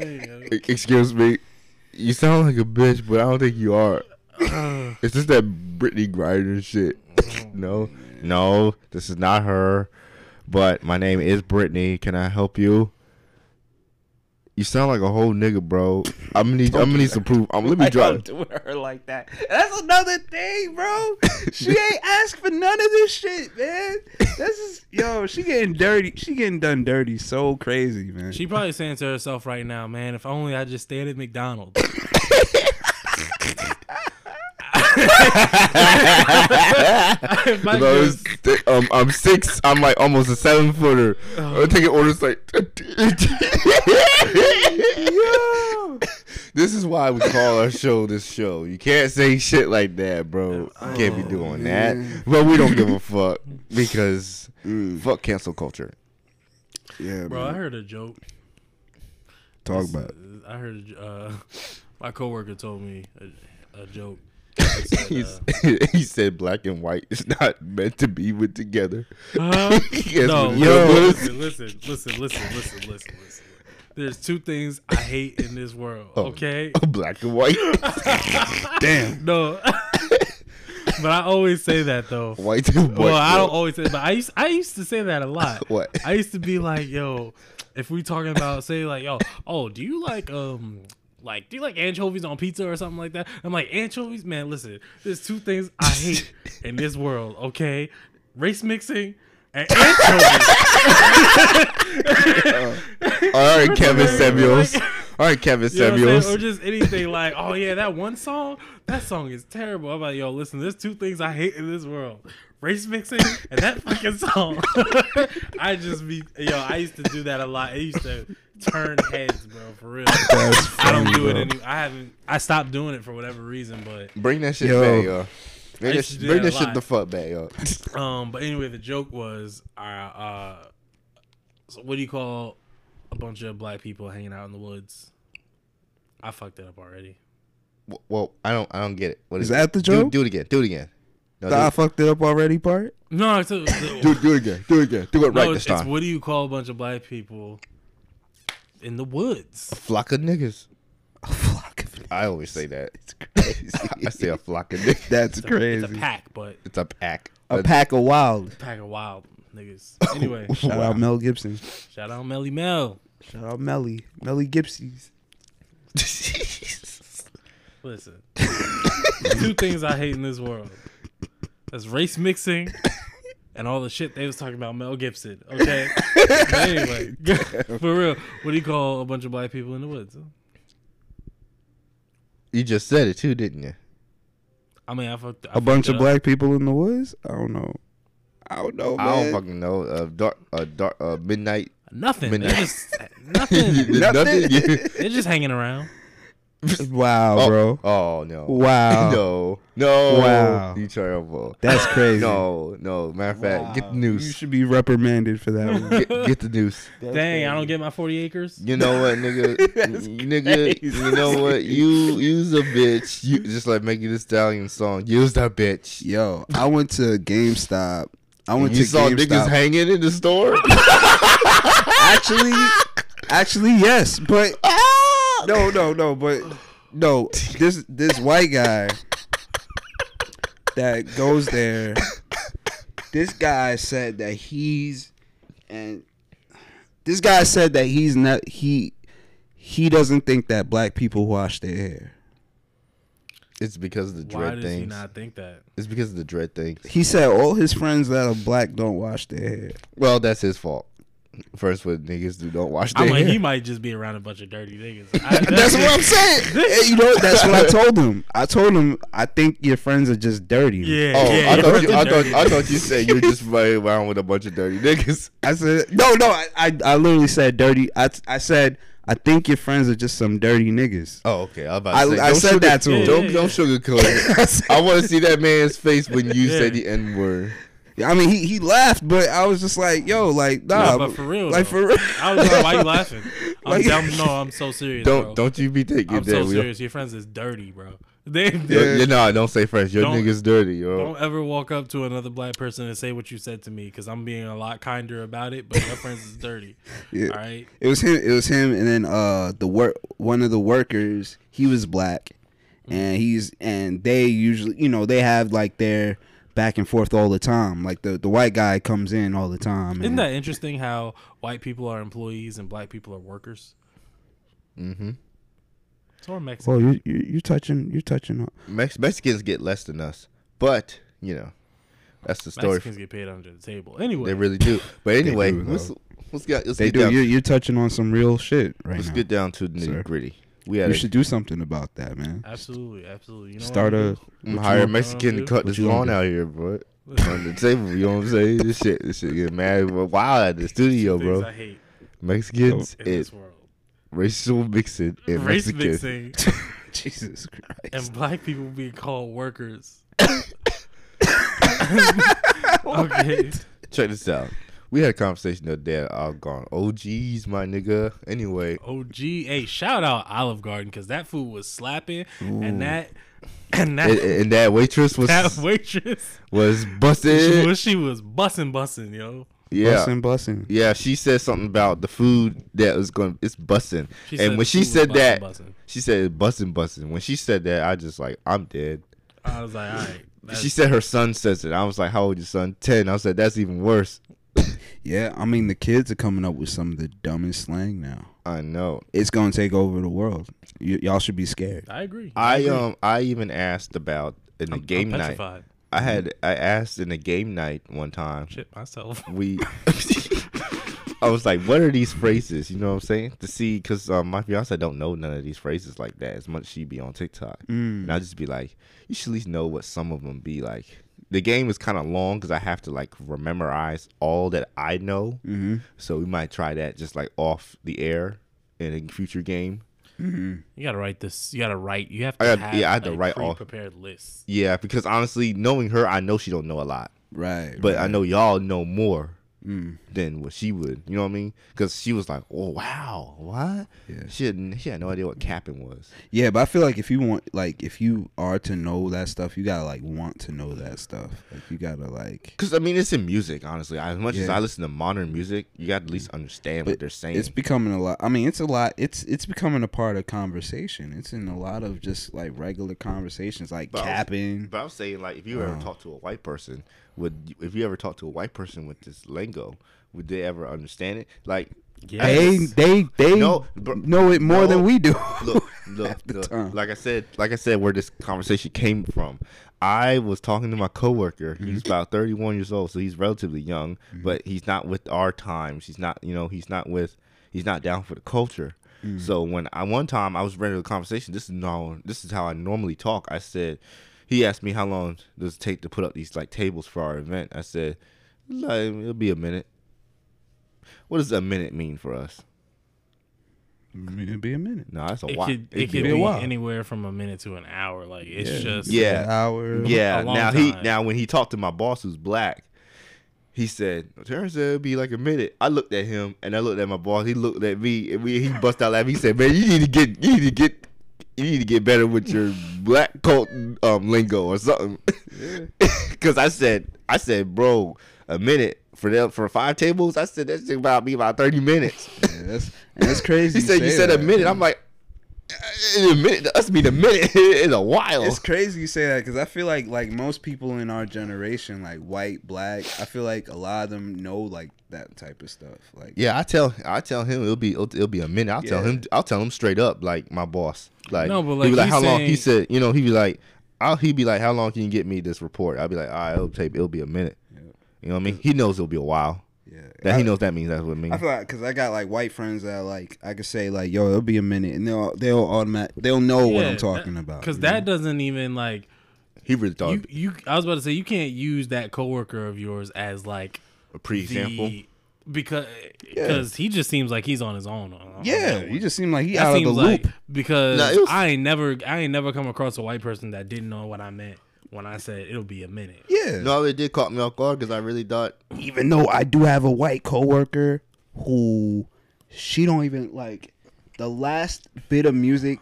Speaker 2: There you
Speaker 1: Excuse me. You sound like a bitch, but I don't think you are.
Speaker 2: go.
Speaker 1: It's just that Britney Grinder shit. no, no, this is not her. But my name is Brittany. Can I help you? You sound like a whole nigga, bro. I'm gonna need, I'm gonna need some proof. Um, let me
Speaker 3: Like,
Speaker 1: drop.
Speaker 3: doing her like that. That's another thing, bro. She ain't asked for none of this shit, man. This is yo. She getting dirty. She getting done dirty. So crazy, man.
Speaker 2: She probably saying to herself right now, man, if only I just stayed at McDonald's. if I just,
Speaker 1: Those- um, I'm six. I'm like almost a seven footer.
Speaker 2: Oh.
Speaker 1: I'm taking orders like. This is why we call our show this show. You can't say shit like that, bro. You can't be
Speaker 2: Oh,
Speaker 1: doing that. But we don't give a fuck because
Speaker 2: Mm.
Speaker 1: fuck cancel culture.
Speaker 3: yeah,
Speaker 2: bro, I
Speaker 3: man.
Speaker 2: heard a joke.
Speaker 3: Talk about. It.
Speaker 2: I heard a j- uh, my coworker told me a, a joke. He said, uh,
Speaker 1: He's, he said black and white is not meant to be with together.
Speaker 2: Huh?
Speaker 1: Yes,
Speaker 2: no,
Speaker 1: but-
Speaker 2: listen, listen, listen, listen, listen, listen, listen. There's two things I hate in this world. Okay.
Speaker 1: black and white.
Speaker 3: Damn.
Speaker 2: No. but I always say that though.
Speaker 1: White and white.
Speaker 2: Well, I
Speaker 1: bro.
Speaker 2: don't always say, but I used I used to say that a lot.
Speaker 1: What?
Speaker 2: I used to be like, yo, if we talking about say like, yo, oh, do you like um. Like, do you like anchovies on pizza or something like that? I'm like, anchovies, man. Listen, there's two things I hate in this world. Okay, race mixing An anchovy.
Speaker 1: All right, Kevin
Speaker 2: Like-
Speaker 1: Samuels. All right, Kevin
Speaker 2: You know what I'm saying?
Speaker 1: Samuels.
Speaker 2: Or just anything like, oh yeah, that one song, that song is terrible. I'm like, yo, listen, there's two things I hate in this world. Race mixing and that fucking song. I just be yo, I used to do that a lot. It used to turn heads, bro, for real. I don't do it any I haven't I stopped doing it for whatever reason, but
Speaker 1: Bring that shit
Speaker 3: Yo.
Speaker 1: back, yo. Bring that,
Speaker 2: I used to
Speaker 1: sh-
Speaker 2: do
Speaker 1: bring
Speaker 2: that
Speaker 1: that
Speaker 2: a
Speaker 1: shit
Speaker 2: lot.
Speaker 1: the fuck back, yo.
Speaker 2: Um, but anyway, the joke was, uh, uh, so what do you call a bunch of black people hanging out in the woods? I fucked it up already.
Speaker 1: W- Well, I don't, I don't get it. What
Speaker 3: Is that the
Speaker 1: do,
Speaker 3: joke?
Speaker 1: do it again. Do it again. No,
Speaker 3: The I
Speaker 1: do,
Speaker 3: fucked it up already part?
Speaker 2: No, it's, a, it's,
Speaker 1: do, it- do it again. Do it again. Do it right
Speaker 2: no,
Speaker 1: this
Speaker 2: it's, it's
Speaker 1: time.
Speaker 2: what do you call a bunch of black people in the woods?
Speaker 1: flock of niggas.
Speaker 3: A flock of
Speaker 1: I always say that.
Speaker 3: It's crazy.
Speaker 1: I say a flock of niggas.
Speaker 3: That's
Speaker 2: It's a,
Speaker 3: crazy.
Speaker 2: It's a pack, but
Speaker 1: It's a pack.
Speaker 3: A pack of wild.
Speaker 2: pack of wild niggas.
Speaker 3: Oh.
Speaker 2: Anyway,
Speaker 3: Shout out Mel Gibson.
Speaker 2: shout out Melly Mel.
Speaker 3: Shout out Melly. Melly Gibsies.
Speaker 2: Listen, two things I hate in this world. That's race mixing and all the shit they was talking about Mel Gibson. Okay, But anyway, for real, what do you call a bunch of black people in the woods?
Speaker 1: You just said it too, didn't you?
Speaker 2: I mean, I fucked I
Speaker 3: A bunch
Speaker 2: fucked
Speaker 3: of
Speaker 2: it up.
Speaker 3: black people in the woods? I don't know. I don't know, Oh, man.
Speaker 1: I don't fucking know. Uh, dark, uh, dark, uh, midnight.
Speaker 2: nothing. They're
Speaker 1: Midnight.
Speaker 2: just eh,
Speaker 1: You
Speaker 2: nothing.
Speaker 1: did
Speaker 3: Nothing.
Speaker 1: You-
Speaker 2: They're just hanging around.
Speaker 3: Wow,
Speaker 1: oh,
Speaker 3: bro.
Speaker 1: Oh no.
Speaker 3: Wow.
Speaker 1: no. No.
Speaker 3: Wow.
Speaker 1: You terrible.
Speaker 3: That's crazy.
Speaker 1: No. No. Matter of fact, get the
Speaker 3: You
Speaker 1: news.
Speaker 3: should be reprimanded for that one.
Speaker 1: Get, get the news.
Speaker 2: Dang, I don't get my forty acres.
Speaker 1: You know what, nigga? nigga, you know what? You use a bitch. You just like making this stallion song. Use that bitch.
Speaker 3: Yo, I went to GameStop. I went
Speaker 1: you
Speaker 3: to
Speaker 1: saw
Speaker 3: GameStop.
Speaker 1: niggas hanging in the store.
Speaker 3: actually, actually, yes, but no, no, no, but no. This this white guy that goes there. This guy said that he's and this guy said that he's not he he doesn't think that black people wash their hair.
Speaker 1: it's because of the
Speaker 2: Why
Speaker 1: dread
Speaker 2: does he
Speaker 1: things.
Speaker 2: not think that?
Speaker 1: It's because of the dread things.
Speaker 3: He said all his friends that are black don't wash their hair.
Speaker 1: Well, that's his fault. First, what niggas do don't wash their
Speaker 2: I'm like,
Speaker 1: hair.
Speaker 2: he might just be around a bunch of dirty niggas. I,
Speaker 3: That's what I'm saying. Eh, you know, what? that's what I told him. I told him I think your friends are just dirty.
Speaker 2: Yeah.
Speaker 1: Oh,
Speaker 2: yeah,
Speaker 1: I,
Speaker 2: you're
Speaker 1: thought you, I,
Speaker 2: dirty
Speaker 1: thought, I
Speaker 2: niggas.
Speaker 1: thought you said you're just playing around with a bunch of dirty niggas.
Speaker 3: I said no, no. I, I, I literally said dirty. I, I said I think your friends are just some dirty niggas.
Speaker 1: Oh, okay. I, was about
Speaker 3: I-
Speaker 1: to say,
Speaker 3: I
Speaker 1: don't
Speaker 3: said
Speaker 1: sugar-
Speaker 3: that to him.
Speaker 1: Don't,
Speaker 2: Yeah,
Speaker 1: don't sugarcoat it. I want to see that man's face when you say the N word.
Speaker 3: I mean, he, he laughed, but I was just like, yo, like nah,
Speaker 2: No, but for real,
Speaker 3: like
Speaker 2: though.
Speaker 3: for real.
Speaker 2: I was like, why you laughing? I'm,
Speaker 3: Like-
Speaker 2: dumb- no, I'm so serious.
Speaker 1: Don't
Speaker 2: bro.
Speaker 1: don't you be thinking
Speaker 2: I'm
Speaker 1: that.
Speaker 2: so
Speaker 1: we-
Speaker 2: serious. Your friends is dirty, bro. They,
Speaker 1: Yo,
Speaker 2: they-
Speaker 1: yo, nah, don't say French. Your
Speaker 2: Don't-
Speaker 1: niggas dirty, yo.
Speaker 2: don't ever walk up to another black person and say what you said to me because I'm being a lot kinder about it. But your friends is dirty.
Speaker 3: Yeah.
Speaker 2: All right.
Speaker 3: It was him. It was him, and then uh, the work one of the workers. He was black,
Speaker 2: Mm.
Speaker 3: and he's and they usually, you know, they have like their back and forth all the time. Like the the white guy comes in all the time.
Speaker 2: Isn't
Speaker 3: and-
Speaker 2: that interesting how white people are employees and black people are workers?
Speaker 1: Mm-hmm.
Speaker 2: So are Mexicans.
Speaker 3: Well, you, you you're touching you're touching. on-
Speaker 1: Mex- Mexicans get less than us, but you know, that's the story.
Speaker 2: Mexicans get paid under the table. Anyway,
Speaker 1: They really do. But anyway,
Speaker 3: do,
Speaker 1: let's,
Speaker 3: though.
Speaker 1: let's get let's
Speaker 3: They
Speaker 1: get
Speaker 3: do.
Speaker 1: down.
Speaker 3: You're, you're touching on some real shit right
Speaker 1: let's
Speaker 3: now.
Speaker 1: get down to the
Speaker 3: Sir.
Speaker 1: nitty gritty. We had
Speaker 3: You
Speaker 1: a
Speaker 3: should do something about that, man.
Speaker 2: absolutely, absolutely. You know
Speaker 3: Start
Speaker 2: what I'm
Speaker 3: a
Speaker 2: gonna
Speaker 1: I'm
Speaker 3: what
Speaker 1: hire
Speaker 3: you
Speaker 1: a
Speaker 3: want-
Speaker 1: Mexican to
Speaker 2: what
Speaker 1: cut this
Speaker 3: you wanna
Speaker 1: lawn out here, bro.
Speaker 2: do?
Speaker 1: On the table, you know what I'm saying? This shit, this shit get mad, but wild at the studio,
Speaker 2: Things
Speaker 1: bro.
Speaker 2: I hate
Speaker 1: Mexicans
Speaker 2: in
Speaker 1: and
Speaker 2: this world.
Speaker 1: racial mixing and
Speaker 2: Race
Speaker 1: Mexicans.
Speaker 2: mixing
Speaker 3: Jesus Christ.
Speaker 2: and black people being called workers. okay.
Speaker 1: Check this out. We had a conversation the other day. I was gone. Oh, geez, my nigga. Anyway,
Speaker 2: OG. Hey, shout out Olive Garden because that food was slapping, and that and that
Speaker 1: and, and that waitress was
Speaker 2: that waitress,
Speaker 1: was
Speaker 2: she
Speaker 1: busted.
Speaker 2: was, she was bussing, bussing, yo.
Speaker 1: Yeah,
Speaker 3: Blessing, blessing.
Speaker 1: yeah. She said something about the food that was going. It's busting.
Speaker 2: She
Speaker 1: and
Speaker 2: said
Speaker 1: when
Speaker 2: the
Speaker 1: she
Speaker 2: food was
Speaker 1: said
Speaker 2: bussin',
Speaker 1: that,
Speaker 2: bussin'.
Speaker 1: she said busting, busting. When she said that, I just like I'm dead.
Speaker 2: I was like, all right.
Speaker 1: she
Speaker 2: that's-
Speaker 1: said her son says it. I was like, how old your son? Ten. I said that's even worse.
Speaker 3: Yeah, I mean the kids are coming up with some of the dumbest slang now.
Speaker 1: I know.
Speaker 3: It's gonna take over the world. Y- y'all should be scared.
Speaker 2: I agree.
Speaker 1: I
Speaker 2: agree.
Speaker 1: um I even asked about in the
Speaker 2: I'm-
Speaker 1: game
Speaker 2: I'm
Speaker 1: night.
Speaker 2: petrified. Mm-hmm.
Speaker 1: I had I asked in a game night one time.
Speaker 2: Shit myself.
Speaker 1: we I was like, what are these phrases? You know what I'm saying? To see, because um, my fiance don't know none of these phrases like that as much as she be on TikTok. And I just be like, you should at least know what some of them be like. The game is kind of long because I have to like memorize all that I know. Mm-hmm. So we might try that just like off the air in a future game.
Speaker 2: You gotta write this. You gotta write. You have to
Speaker 1: I gotta-
Speaker 2: have
Speaker 1: yeah, I had to
Speaker 2: a
Speaker 1: write all-
Speaker 2: prepared list.
Speaker 1: Yeah, because honestly, knowing her, I know she don't know a lot.
Speaker 3: Right.
Speaker 1: but I know y'all know more
Speaker 3: Mm.
Speaker 1: than what she would. You know what I mean? Because she was like, "Oh wow, what?"
Speaker 3: Yeah.
Speaker 1: She had she had no idea what capping was.
Speaker 3: Yeah, but I feel like if you want, like, if you are to know that stuff, you gotta like want to know that stuff. Like, you gotta like.
Speaker 1: Because I mean, it's in music, honestly. As much as
Speaker 3: Yeah.
Speaker 1: I listen to modern music, you got to at least understand what
Speaker 3: But
Speaker 1: they're saying.
Speaker 3: It's becoming a lot. I mean, it's a lot. It's it's becoming a part of conversation. It's in a lot of just like regular conversations, like
Speaker 1: But I was-
Speaker 3: capping.
Speaker 1: but I'm saying, like, if you
Speaker 3: Uh-huh.
Speaker 1: ever talk to a white person, would if you ever talk to a white person with this lingo, would they ever understand it? Like,
Speaker 3: They they they
Speaker 1: No, bro-
Speaker 3: know it more than
Speaker 1: no.
Speaker 3: we do.
Speaker 1: look, look,
Speaker 3: the
Speaker 1: look,
Speaker 3: time.
Speaker 1: like I said, like I said, where this conversation came from. I was talking to my coworker.
Speaker 3: Mm-hmm.
Speaker 1: He's about 31 years old, so he's relatively young, but he's not with our times. He's not, you know, he's not with, he's not down for the culture.
Speaker 3: Mm.
Speaker 1: So when I one time I was ready to the conversation, this is no, this is how I normally talk. I said, he asked me how long does it take to put up these like tables for our event. I said, like, it'll be a minute. What does a minute mean for us?
Speaker 3: It'd be a minute.
Speaker 1: No, that's a
Speaker 2: It
Speaker 1: while.
Speaker 2: could
Speaker 1: It'd
Speaker 2: it could
Speaker 1: a
Speaker 2: be
Speaker 3: while.
Speaker 2: anywhere from a minute to an hour. Like it's just
Speaker 1: Yeah.
Speaker 3: An hour.
Speaker 1: Yeah.
Speaker 2: a long
Speaker 1: Now he
Speaker 2: time.
Speaker 1: now when he talked to my boss who's black, he said, Terrence said it'd be like a minute. I looked at him and I looked at my boss. He looked at me and we, he bust out laughing. He said, Man, you need to get you need to get you need to get better with your black cult um, lingo or something. Cause I said I said, bro, a minute for them for five tables, I said that's about be about thirty minutes.
Speaker 3: Yeah, that's and that's crazy.
Speaker 1: he said you
Speaker 3: say
Speaker 1: said a
Speaker 3: that.
Speaker 1: minute. I'm like a minute to us mean a minute is a while.
Speaker 3: It's crazy you say that because I feel like like most people in our generation, like white, black, I feel like a lot of them know like that type of stuff. Like
Speaker 1: Yeah, I tell I tell him it'll be it'll, it'll be a minute. I'll tell
Speaker 3: Yeah.
Speaker 1: him I'll tell him straight up like my boss. Like
Speaker 2: No, but,
Speaker 1: he
Speaker 2: like,
Speaker 1: be like
Speaker 2: he's
Speaker 1: how long he
Speaker 2: saying-
Speaker 1: said you know he be like I'll he be like how long can you get me this report? I'll be like all right it'll take it'll be a minute. You know what I mean? He knows it'll be a while.
Speaker 3: yeah.
Speaker 1: That
Speaker 3: I,
Speaker 1: he knows that means that's what it means.
Speaker 3: I feel like because I got like white friends that like I could say like yo, it'll be a minute, and they'll they'll automatic they'll know what I'm talking about.
Speaker 2: Because
Speaker 3: you
Speaker 2: that doesn't even like
Speaker 1: he really thought
Speaker 2: you. You I was about to say you can't use that coworker of yours as like
Speaker 1: a pre-example.
Speaker 2: the because because he just seems like he's on his own. on- on
Speaker 3: know? yeah,
Speaker 2: that one.
Speaker 3: he just seemed like he
Speaker 2: That
Speaker 3: out of
Speaker 2: seems
Speaker 3: the
Speaker 2: like
Speaker 3: loop.
Speaker 2: because
Speaker 1: Nah, it was-
Speaker 2: I ain't never I ain't never come across a white person that didn't know what I meant when I said it'll be a minute.
Speaker 3: Yeah,
Speaker 1: no, it did caught me off guard because I really thought
Speaker 3: even though I do have a white coworker who she don't even like the last bit of music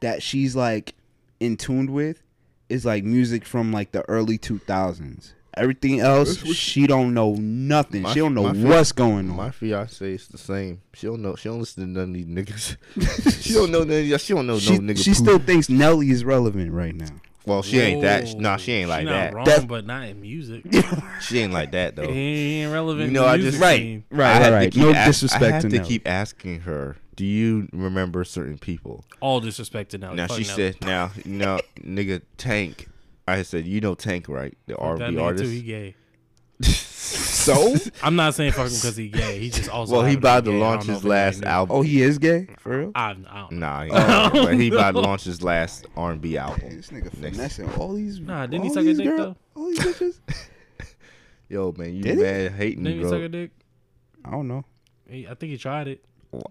Speaker 3: that she's like in tuned with is like music from like the early 2000s. Everything else she don't know nothing.
Speaker 1: My-
Speaker 3: she don't know
Speaker 1: my fr-
Speaker 3: what's going on.
Speaker 1: my fiance is the same. She don't know. She don't listen to none of these niggas. she don't know none of these. She don't know
Speaker 3: she
Speaker 1: no nigga.
Speaker 3: she
Speaker 1: poo.
Speaker 3: still thinks Nelly is relevant right now.
Speaker 1: well, she ain't that.
Speaker 2: Whoa.
Speaker 1: Nah, she ain't like
Speaker 2: not
Speaker 1: that.
Speaker 2: Wrong,
Speaker 1: That's-
Speaker 2: but not in music.
Speaker 1: She ain't like that though.
Speaker 2: He ain't relevant.
Speaker 1: You
Speaker 2: You
Speaker 1: know, I just
Speaker 2: right.
Speaker 3: Right,
Speaker 1: I had to
Speaker 3: right.
Speaker 1: keep
Speaker 3: No
Speaker 1: ask-
Speaker 3: disrespect
Speaker 1: I had
Speaker 3: to
Speaker 1: to,
Speaker 3: Nelly.
Speaker 1: keep asking her, "Do you remember certain people?"
Speaker 2: All disrespected now.
Speaker 1: now she said, "Now, you know, nigga, Tank." I said, "You know Tank, right? The
Speaker 2: that
Speaker 1: R&B
Speaker 2: nigga too. He
Speaker 1: artist."
Speaker 2: gay.
Speaker 1: so,
Speaker 2: I'm not saying fuck him because he gay. He just also.
Speaker 1: well, he
Speaker 2: happened be
Speaker 1: about to
Speaker 2: gay. I don't
Speaker 1: launch
Speaker 2: know if
Speaker 1: his
Speaker 2: anybody
Speaker 1: last
Speaker 2: knew.
Speaker 1: album.
Speaker 3: Oh, he is gay for real.
Speaker 2: I, I don't.
Speaker 1: Nah, he, but he about to launch his last R&B
Speaker 3: Hey,
Speaker 1: album.
Speaker 3: this nigga
Speaker 1: Next.
Speaker 3: finessing all these.
Speaker 2: Nah, didn't he
Speaker 3: all
Speaker 2: suck a
Speaker 3: these
Speaker 2: dick,
Speaker 3: girl- All these bitches.
Speaker 1: Yo, man, you
Speaker 3: Did he?
Speaker 1: mad hating,
Speaker 2: Didn't he
Speaker 1: bro?
Speaker 2: suck a dick?
Speaker 3: I don't know.
Speaker 2: He, I think he tried it.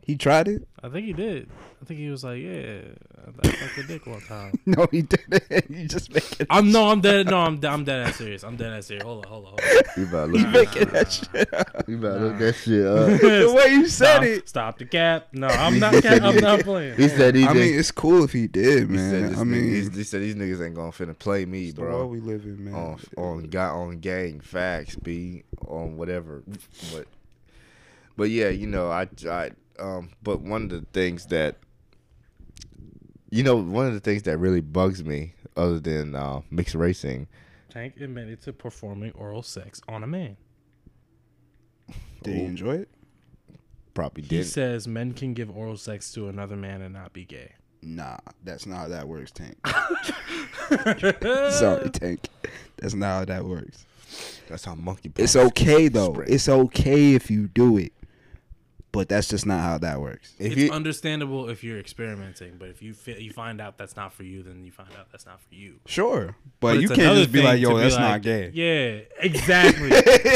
Speaker 3: He tried it.
Speaker 2: I think he did. I think he was like, yeah, I, I sucked a dick one time.
Speaker 3: No, he didn't. You just make it.
Speaker 2: I'm no, I'm dead. No, I'm I'm dead ass serious. I'm dead ass serious. Hold on, hold on, hold on.
Speaker 1: you about to
Speaker 3: You
Speaker 1: look,
Speaker 3: making that shit up.
Speaker 1: you about to look that shit up?
Speaker 3: the way you said
Speaker 2: Stop,
Speaker 3: it.
Speaker 2: stop the cap. No, I'm not. Cap, I'm not playing.
Speaker 1: He said, "He
Speaker 3: I
Speaker 1: just."
Speaker 3: mean, it's cool if he did,
Speaker 1: he said,
Speaker 3: man.
Speaker 1: this
Speaker 3: I
Speaker 1: nigga-
Speaker 3: mean,
Speaker 1: he said these niggas ain't gonna finna play me,
Speaker 3: it's the
Speaker 1: bro.
Speaker 3: world we live in, man.
Speaker 1: on on got on gang facts be on whatever but but yeah you know I, I um but one of the things that you know one of the things that really bugs me other than uh, mixed racing
Speaker 2: Tank admitted to performing oral sex on a man.
Speaker 3: Did he enjoy it?
Speaker 1: probably
Speaker 2: He
Speaker 1: did
Speaker 2: says men can give oral sex to another man and not be gay.
Speaker 3: Nah, that's not how that works, Tank.
Speaker 2: Sorry.
Speaker 3: Sorry, Tank. That's not how that works.
Speaker 1: That's how monkey.
Speaker 3: It's
Speaker 1: punch.
Speaker 3: okay though.
Speaker 1: Spray.
Speaker 3: It's okay if you do it, but that's just not how that works.
Speaker 1: If
Speaker 2: it's
Speaker 1: you,
Speaker 2: understandable if you're experimenting, but if you fi- you find out that's not for you, then you find out that's not for you.
Speaker 3: Sure, but, you
Speaker 2: it's
Speaker 3: can't
Speaker 2: another
Speaker 3: just be
Speaker 2: thing
Speaker 3: like,
Speaker 2: to
Speaker 3: "Yo, that's
Speaker 2: like-
Speaker 3: not gay."
Speaker 2: Yeah, exactly.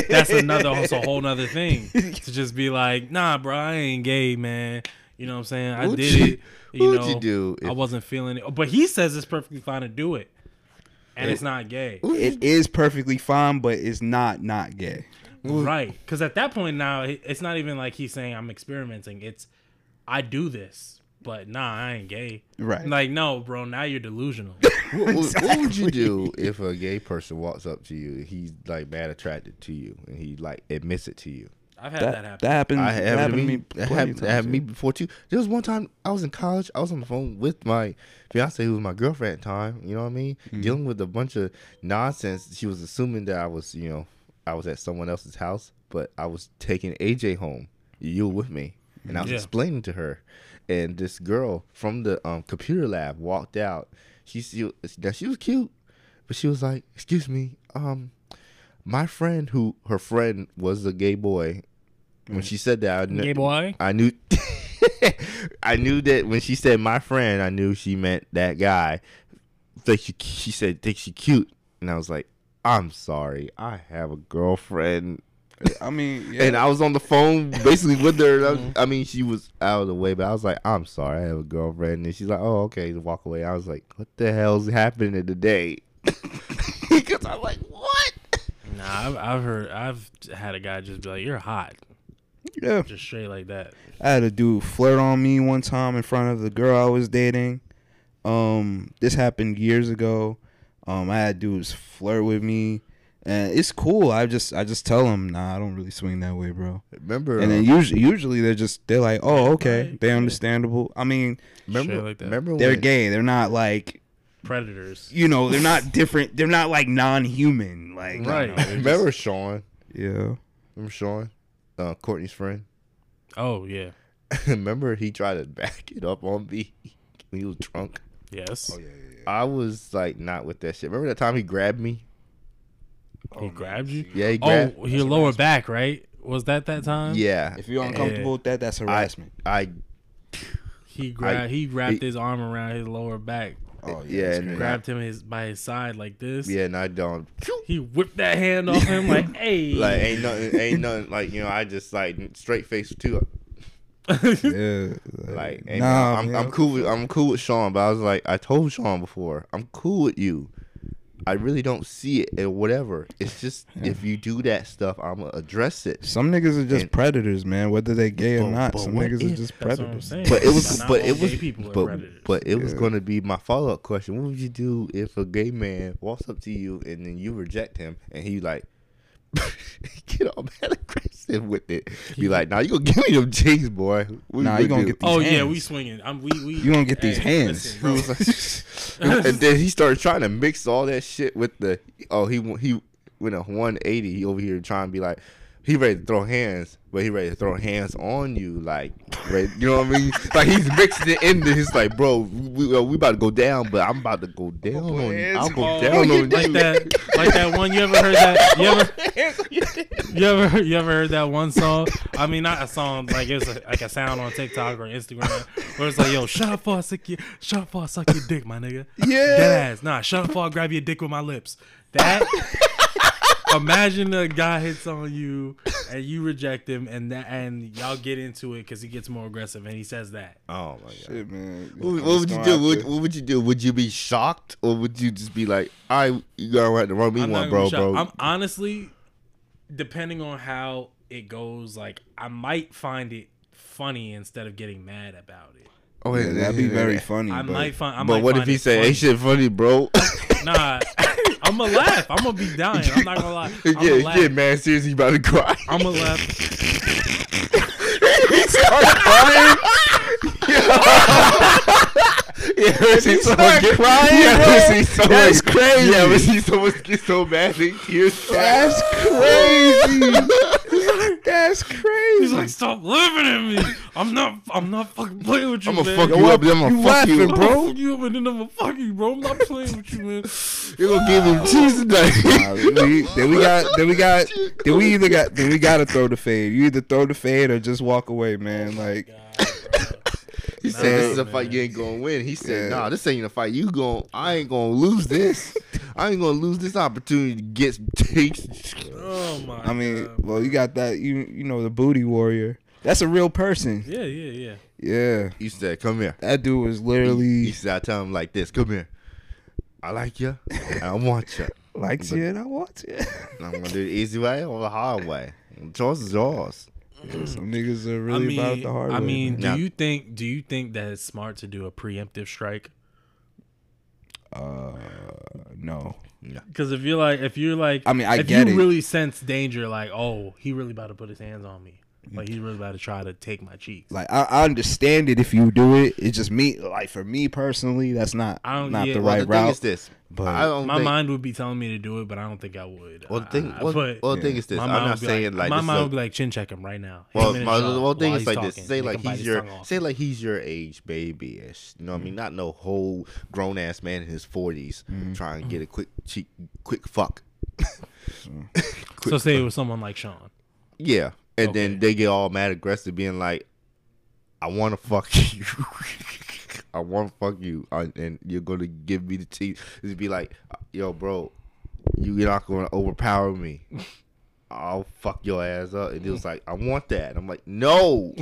Speaker 2: that's another also a whole nother thing to just be like, nah, bro, I ain't gay, man. You know what I'm saying? I
Speaker 1: What'd
Speaker 2: did
Speaker 1: you-
Speaker 2: it. You
Speaker 1: what'd
Speaker 2: know,
Speaker 1: you do
Speaker 2: I
Speaker 1: if-
Speaker 2: wasn't feeling it, but he says it's perfectly fine to do it, and it's not gay,
Speaker 3: It is perfectly fine, but it's not not gay.
Speaker 2: right? Because at that point now, it- it's not even like he's saying I'm experimenting. It's I do this, but nah, I ain't gay.
Speaker 3: Right.
Speaker 2: Like, no, bro, now you're delusional.
Speaker 1: what, what- what would you do if a gay person walks up to you? He's like mad attracted to you, and he like admits it to you.
Speaker 2: I've had that,
Speaker 3: That,
Speaker 2: happen.
Speaker 3: that happened.
Speaker 1: I
Speaker 3: that
Speaker 1: had
Speaker 3: happened to me.
Speaker 1: That
Speaker 3: plenty of
Speaker 1: happened, that
Speaker 3: times,
Speaker 1: happened to me
Speaker 3: yeah.
Speaker 1: before too. There was one time I was in college. I was on the phone with my fiance, who was my girlfriend at the time. You know what I mean?
Speaker 3: Mm-hmm.
Speaker 1: Dealing with a bunch of nonsense. She was assuming that I was, you know, I was at someone else's house, but I was taking AJ home. You were with me, and I was
Speaker 2: Yeah.
Speaker 1: explaining to her. And this girl from the um, computer lab walked out. She, she now she was cute, but she was like, "Excuse me, um." My friend, who her friend was a gay boy, when she said that, I kn-
Speaker 2: Gay boy?
Speaker 1: I knew. I knew that when she said my friend, I knew she meant that guy. Think she, she said think she cute, and I was like, I'm sorry, I have a girlfriend,
Speaker 3: I mean, yeah.
Speaker 1: and I was on the phone basically with her. and I, was- I mean, she was out of the way, but I was like, I'm sorry, I have a girlfriend, and she's like, Oh, okay, to walk away. I was like, What the hell's happening today? Because I'm like, What?
Speaker 2: Nah, I've, I've heard, I've had a guy just be like, "You're hot,"
Speaker 3: yeah.
Speaker 2: just straight like that.
Speaker 3: I had a dude flirt on me one time in front of the girl I was dating. Um, this happened years ago. Um, I had dudes flirt with me, and it's cool. I just I just tell them, nah, I don't really swing that way, bro.
Speaker 1: Remember?
Speaker 3: And then
Speaker 1: uh,
Speaker 3: usually usually they're just they're like, oh okay,
Speaker 2: Right.
Speaker 3: they understandable. I mean,
Speaker 1: remember?
Speaker 2: Shit like that.
Speaker 1: Remember?
Speaker 3: they're
Speaker 1: when-
Speaker 3: gay. They're not like
Speaker 2: Predators,
Speaker 3: you know they're not different. They're not like non-human. Like no,
Speaker 2: right?
Speaker 3: no.
Speaker 1: Remember Sean?
Speaker 3: Yeah.
Speaker 1: Remember Sean? Uh, Courtney's friend.
Speaker 2: oh yeah,
Speaker 1: Remember he tried to back it up on me when he was drunk.
Speaker 2: yes.
Speaker 1: Oh, I was like not with that shit. Remember that time he grabbed me?
Speaker 2: he grabbed you.
Speaker 1: Yeah, Oh, he
Speaker 2: Oh,
Speaker 1: grabbed.
Speaker 2: your lower back, right? Was that that time?
Speaker 1: yeah,
Speaker 3: If you're uncomfortable with that, that's
Speaker 1: I,
Speaker 3: harassment.
Speaker 1: I
Speaker 2: He grabbed. He wrapped
Speaker 1: he-
Speaker 2: his arm around his lower back.
Speaker 1: yeah,
Speaker 3: oh that's
Speaker 1: and
Speaker 3: crazy.
Speaker 1: then-
Speaker 2: Grabbed him his by his side like this.
Speaker 1: yeah, and I don't
Speaker 2: He whipped that hand off him like, "Hey."
Speaker 1: like ain't nothing, ain't nothing like you know. I just like straight face too.
Speaker 3: Yeah,
Speaker 1: Like, hey,
Speaker 3: nah,
Speaker 1: man, I'm,
Speaker 3: man.
Speaker 1: I'm cool with I'm cool with Sean, but I was like, I told Sean before, I'm cool with you. I really don't see it or whatever. It's just if you do that stuff, I'ma address it.
Speaker 3: Some niggas are just
Speaker 1: And-
Speaker 3: predators, man. Whether they gay or
Speaker 1: But-
Speaker 3: not,
Speaker 1: but
Speaker 3: some
Speaker 1: what
Speaker 3: niggas
Speaker 1: if-
Speaker 3: are just
Speaker 2: That's what I'm
Speaker 3: predators.
Speaker 2: saying.
Speaker 1: But it was,
Speaker 2: Not
Speaker 1: but
Speaker 2: all
Speaker 1: it was,
Speaker 2: gay people are
Speaker 1: but,
Speaker 2: predators.
Speaker 1: but it was
Speaker 3: Yeah.
Speaker 1: going to be my follow up question. What would you do if a gay man walks up to you and then you reject him and he like get all mad aggressive with it? Be like, nah, you gonna give me them jeans, boy. What
Speaker 3: Nah, you gonna
Speaker 1: do?"
Speaker 3: get these
Speaker 2: oh yeah,
Speaker 3: hands.
Speaker 2: we swinging. I'm we we.
Speaker 3: You gonna get these
Speaker 2: Hey, listen,
Speaker 3: hands.
Speaker 1: He
Speaker 2: bro.
Speaker 1: was like- and then he started trying to mix all that shit with the oh he he went a 180 he over here trying to be like he ready to throw hands but he ready to throw hands on you like right you know what I mean like he's mixing it in there he's like bro we, we, we about to go down but I'm about to go down
Speaker 3: put
Speaker 1: on you
Speaker 3: hands
Speaker 1: I'll go
Speaker 3: on
Speaker 1: down
Speaker 3: you.
Speaker 1: on
Speaker 2: like
Speaker 1: you
Speaker 2: that like that one you ever heard that you ever you ever you ever heard that one song i mean not a song like it's a, like a sound on tiktok or instagram where it's like yo shut up for suck your shut up for suck your dick my nigga
Speaker 3: Yeah.
Speaker 2: Dead ass nah shut up for grab your dick with my lips that imagine a guy hits on you and you reject him and that and y'all get into it because he gets more aggressive and he says that
Speaker 1: oh my god
Speaker 3: Shit, man.
Speaker 1: what, what would you do what, what would you do would you be shocked or would you just be like I you gotta have to run me
Speaker 2: I'm
Speaker 1: one
Speaker 2: not
Speaker 1: bro
Speaker 2: gonna be shocked.
Speaker 1: bro
Speaker 2: I'm honestly, depending on how it goes, like I might find it funny instead of getting mad about it.
Speaker 1: oh,
Speaker 3: Yeah, that'd be very
Speaker 1: fun.
Speaker 3: funny.
Speaker 2: I
Speaker 3: but
Speaker 2: might find. I
Speaker 1: but
Speaker 2: might
Speaker 1: what
Speaker 2: find
Speaker 1: if he
Speaker 2: it
Speaker 1: say ain't shit funny bro
Speaker 2: funny. Nah, I'm gonna laugh. I'm gonna be dying. I'm not gonna lie. I'm
Speaker 1: Yeah,
Speaker 2: gonna laugh.
Speaker 1: yeah, man, seriously, you about to cry.
Speaker 2: I'm gonna laugh.
Speaker 1: he started crying. You ever see someone get
Speaker 3: crying,
Speaker 1: You ever
Speaker 3: bro?
Speaker 1: see someone,
Speaker 3: That's crazy.
Speaker 1: You ever see someone get so mad they tears?
Speaker 3: That's crazy. That's crazy.
Speaker 2: He's like, stop laughing at me. I'm not. I'm not fucking playing with you,
Speaker 1: I'm gonna
Speaker 2: man.
Speaker 1: fuck
Speaker 2: I'm
Speaker 1: you up, then I'm gonna
Speaker 3: You
Speaker 1: fuck you.
Speaker 3: laughing,
Speaker 2: gonna
Speaker 1: up.
Speaker 3: bro.
Speaker 2: fuck you up and then I'm gonna fuck you, bro. I'm not playing with you, man.
Speaker 1: You gonna give him cheese
Speaker 3: Nah,
Speaker 1: tonight?
Speaker 3: we, then we got. Then we got. Then we either got. Then we gotta throw the fade. You either throw the fade or just walk
Speaker 1: Oh
Speaker 3: away, man. Like
Speaker 1: He said, "This is a
Speaker 2: Nah,
Speaker 1: fight
Speaker 2: man.
Speaker 1: you ain't gonna win." He said,
Speaker 3: Yeah.
Speaker 1: "Nah, this ain't a fight. You gon' I ain't gonna lose this. I ain't gonna lose this opportunity to get some takes."
Speaker 2: Oh my.
Speaker 3: I mean,
Speaker 2: God.
Speaker 3: well, you got that. You you know the booty warrior. That's a real person.
Speaker 2: Yeah, yeah, yeah.
Speaker 3: Yeah,
Speaker 1: He said, "Come here."
Speaker 3: that dude was
Speaker 1: He
Speaker 3: literally
Speaker 1: said, "I tell him like this. Come here. I like you. and I want you.
Speaker 3: likes you and I want you.
Speaker 1: And I'm gonna do the easy way or the hard way. Choice is yours." Mm.
Speaker 3: Some niggas are
Speaker 2: I
Speaker 3: really
Speaker 2: mean,
Speaker 3: about the hard
Speaker 2: I
Speaker 3: way.
Speaker 2: mean, do
Speaker 1: Nah.
Speaker 2: you think? Do you think that it's smart to do a preemptive strike?
Speaker 3: uh, no.
Speaker 2: Because if you're like, if you're like,
Speaker 3: I mean, I
Speaker 2: if
Speaker 3: get
Speaker 2: you
Speaker 3: it.
Speaker 2: really sense danger, like, oh, he really about to put his hands on me,
Speaker 3: Mm.
Speaker 2: like he's really about to try to take my cheeks.
Speaker 3: Like I, I understand it if you do it. It's just me. Like for me personally, that's not
Speaker 2: I don't-
Speaker 3: not
Speaker 2: yeah,
Speaker 3: the
Speaker 2: well,
Speaker 1: Well,
Speaker 3: right
Speaker 1: the thing
Speaker 3: route.
Speaker 1: is this.
Speaker 3: but-
Speaker 1: I don't
Speaker 2: my
Speaker 1: think,
Speaker 2: mind would be telling me to do it, but I don't think I would.
Speaker 1: Well, the thing,
Speaker 2: I- I-
Speaker 1: well,
Speaker 2: but
Speaker 1: well, the thing is this.
Speaker 2: my
Speaker 1: I'm
Speaker 2: mind would
Speaker 1: not
Speaker 2: be
Speaker 1: saying like,
Speaker 2: my
Speaker 1: this is
Speaker 2: mind
Speaker 1: a-
Speaker 2: would be like chin check him right now. Hit
Speaker 1: Well,
Speaker 2: him in
Speaker 1: my
Speaker 2: his jaw
Speaker 1: whole thing
Speaker 2: while
Speaker 1: is
Speaker 2: he's
Speaker 1: like this.
Speaker 2: talking.
Speaker 1: Say
Speaker 2: Make
Speaker 1: like
Speaker 2: him bite
Speaker 1: he's
Speaker 2: his
Speaker 1: your
Speaker 2: tongue off. Mm.
Speaker 1: say like he's your age, baby ish. You know what I mean? Not no whole grown ass man in his 40s
Speaker 3: Mm-hmm.
Speaker 1: trying to get a quick cheek, quick fuck. quick
Speaker 2: so say it was someone like Sean.
Speaker 1: Yeah, and
Speaker 2: Okay.
Speaker 1: then they get all mad aggressive, being like, "I want to fuck you." I want to fuck you, I- and you're gonna give me the cheek. Just be like, "Yo, bro, you're not gonna overpower me. I'll fuck your ass up." And it was like, "I want that." I'm like, "No,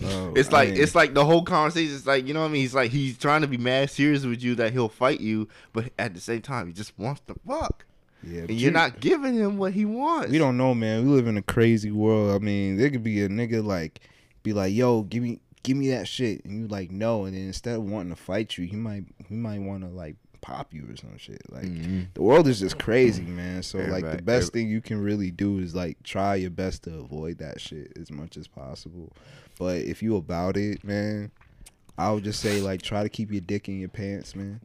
Speaker 3: No,
Speaker 1: it's
Speaker 3: I
Speaker 1: like
Speaker 3: mean,
Speaker 1: it's like the whole conversation. It's like you know what I mean. He's like he's trying to be mad serious with you that he'll fight you, but at the same time he just wants to fuck,
Speaker 3: yeah, but
Speaker 1: and
Speaker 3: you-
Speaker 1: you're not giving him what he wants.
Speaker 3: We don't know, man. We live in a crazy world. I mean, there could be a nigga like be like, "Yo, give me give me that shit," and you like, "No," and then instead of wanting to fight you, he might he might want to like pop you or some shit. Like the world is just crazy, man. So like the
Speaker 1: Everybody-
Speaker 3: best thing you can really do is like try your best to avoid that shit as much as possible. But if you about it, man, I would just say like try to keep your dick in your pants, man,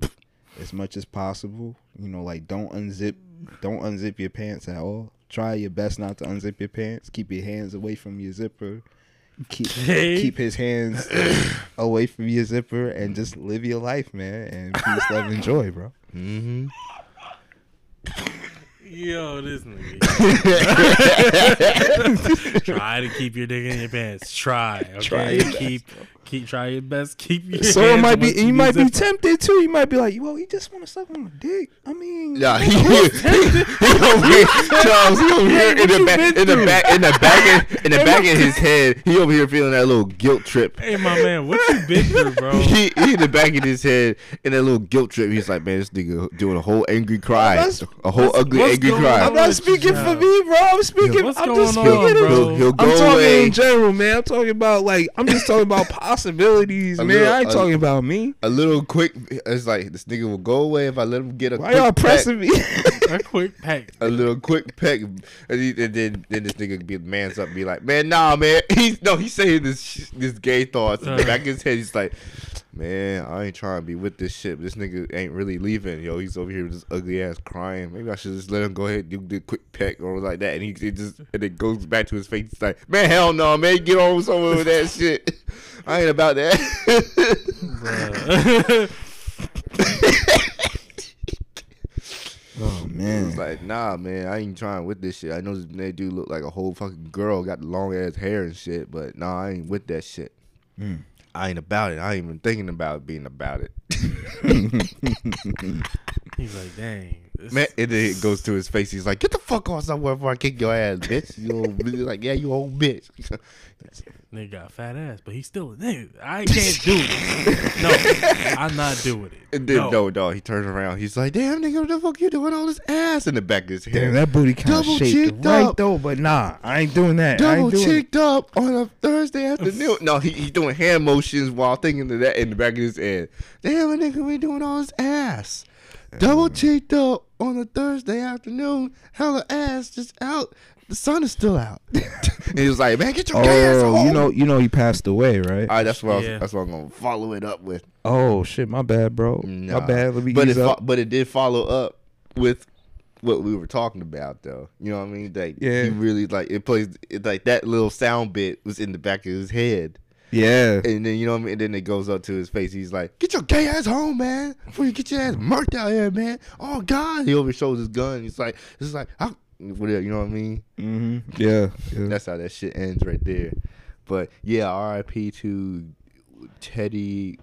Speaker 3: as much as possible. You know, like don't unzip, don't unzip your pants at all. Try your best not to unzip your pants. Keep your hands away from your zipper. Keep
Speaker 2: Hey.
Speaker 3: keep his hands away from your zipper and just live your life, man. And peace, love, and joy, bro.
Speaker 2: Yo, this nigga. try to keep your dick in your pants. Try, okay.
Speaker 3: Try your
Speaker 2: keep, keep. Try your best. Keep your.
Speaker 3: So it
Speaker 2: hands
Speaker 3: might be
Speaker 2: away
Speaker 3: you
Speaker 2: from
Speaker 3: might
Speaker 2: your
Speaker 3: be
Speaker 2: zipper.
Speaker 3: tempted too. You might be like, well, he just want to suck on my dick. I mean,
Speaker 1: Nah, he, he, he over here, Charles. He over here in the back, in the back, in the back, in, in the back of his head. He over here feeling that little guilt trip.
Speaker 2: Hey, my man, what you been through, bro?
Speaker 1: He, he in the back of his head in that little guilt trip. He's like, man, this nigga doing a whole angry cry,
Speaker 3: That's-
Speaker 1: a whole ugly
Speaker 3: what's
Speaker 1: angry
Speaker 2: going
Speaker 1: cry.
Speaker 3: I'm not
Speaker 2: What
Speaker 3: speaking
Speaker 2: you
Speaker 3: for
Speaker 2: got?
Speaker 3: me, bro. I'm speaking.
Speaker 2: what's
Speaker 3: I'm just
Speaker 2: going on,
Speaker 3: speaking.
Speaker 2: bro?
Speaker 3: Bro?
Speaker 1: He'll, he'll
Speaker 3: I'm
Speaker 1: go
Speaker 3: talking
Speaker 1: away.
Speaker 3: in general, man. I'm talking about like I'm just talking about possibilities,
Speaker 1: A
Speaker 3: man.
Speaker 1: little-
Speaker 3: I ain't
Speaker 1: a-
Speaker 3: talking about me.
Speaker 1: A little quick, it's like this nigga will go away if I let him get a
Speaker 3: Why
Speaker 1: quick
Speaker 3: y'all
Speaker 1: peck-
Speaker 3: pressing me?
Speaker 2: A quick pack.
Speaker 1: a little quick peck, and, he, and then then this nigga be man's up, and be like, man, nah, man, he's no, he's saying this sh- this gay thoughts in the back of his head. He's like, man, I ain't trying to be with this shit. but This nigga ain't really leaving, yo. He's over here with this ugly ass crying. Maybe I should just let him go ahead and do the quick peck or like that, and he it just and it goes back to his face. He's like, man, hell no, man, get on somewhere with that shit. I ain't about that.
Speaker 2: Bruh.
Speaker 3: oh man,
Speaker 1: It's like, nah, man, I ain't trying with this shit. I know this that dude look like a whole fucking girl, got long ass hair and shit, but nah, I ain't with that shit. Mm. I ain't about it. I ain't even thinking about being about it.
Speaker 2: He's like, dang. This,
Speaker 1: Man, and then it goes to his face. He's like, get the fuck on somewhere before I kick your ass, bitch. You old, he's like, yeah, you old bitch.
Speaker 2: Nigga got a fat ass, but he's still a nigga. I can't do it. No, I'm not doing it.
Speaker 1: And then, no. no, He turns around. He's like, damn, nigga, what the fuck you doing all this ass in the back of his head?
Speaker 3: damn, that booty kind of
Speaker 1: Double
Speaker 3: shaped
Speaker 1: cheeked
Speaker 3: right
Speaker 1: up.
Speaker 3: though, but nah, I ain't doing that. I
Speaker 1: double
Speaker 3: ain't doing.
Speaker 1: cheeked up on a Thursday afternoon. no, he, he doing hand motions while thinking of that in the back of his head. Damn, a nigga, we doing all this ass. Double cheeked up on a Thursday afternoon. Hella ass just out. The sun is still out. and he was like, man, get your gay ass
Speaker 3: Oh,
Speaker 1: home.
Speaker 3: you know, you know, he passed away, right?
Speaker 1: All right, that's what I
Speaker 2: Yeah.
Speaker 1: was, that's what I'm gonna follow it up with.
Speaker 3: oh shit, my bad, bro.
Speaker 1: Nah.
Speaker 3: My bad. Let me
Speaker 1: but
Speaker 3: ease
Speaker 1: it fo-
Speaker 3: up.
Speaker 1: but it did follow up with what we were talking about though. You know what I mean? Like
Speaker 3: Yeah.
Speaker 1: he really like it plays it, like that little sound bit was in the back of his head.
Speaker 3: Yeah.
Speaker 1: And then you know what I mean? And then it goes up to his face. He's like, Get your gay ass home, man. Before you get your ass murked out here, man. Oh God. He over shows his gun. He's like, it's like I whatever, you know what I mean?
Speaker 3: hmm Yeah. yeah.
Speaker 1: That's how that shit ends right there. But yeah, R.I.P. to Teddy.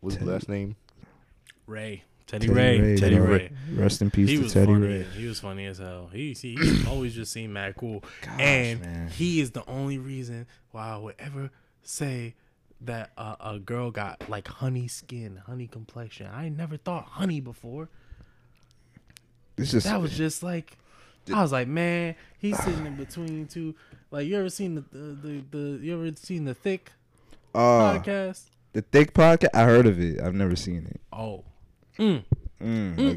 Speaker 1: What's his last name?
Speaker 2: Ray. Teddy, Ray. Teddy
Speaker 3: bro.
Speaker 2: Ray.
Speaker 3: Rest in peace
Speaker 2: He
Speaker 3: to
Speaker 2: was
Speaker 3: Teddy
Speaker 2: funny.
Speaker 3: Ray.
Speaker 2: He was funny as hell. He, he, he always just seemed mad cool. and
Speaker 3: man.
Speaker 2: he is the only reason why I would ever say that uh, a girl got like honey skin, honey complexion. I never thought honey before.
Speaker 3: It's just
Speaker 2: That was just like, I was like, man, he's sitting in between two. Like, you ever seen the the, the, the you ever seen the thick
Speaker 3: uh,
Speaker 2: podcast?
Speaker 3: the thick podcast. I heard of it. I've never seen it.
Speaker 2: Oh,
Speaker 3: Mm,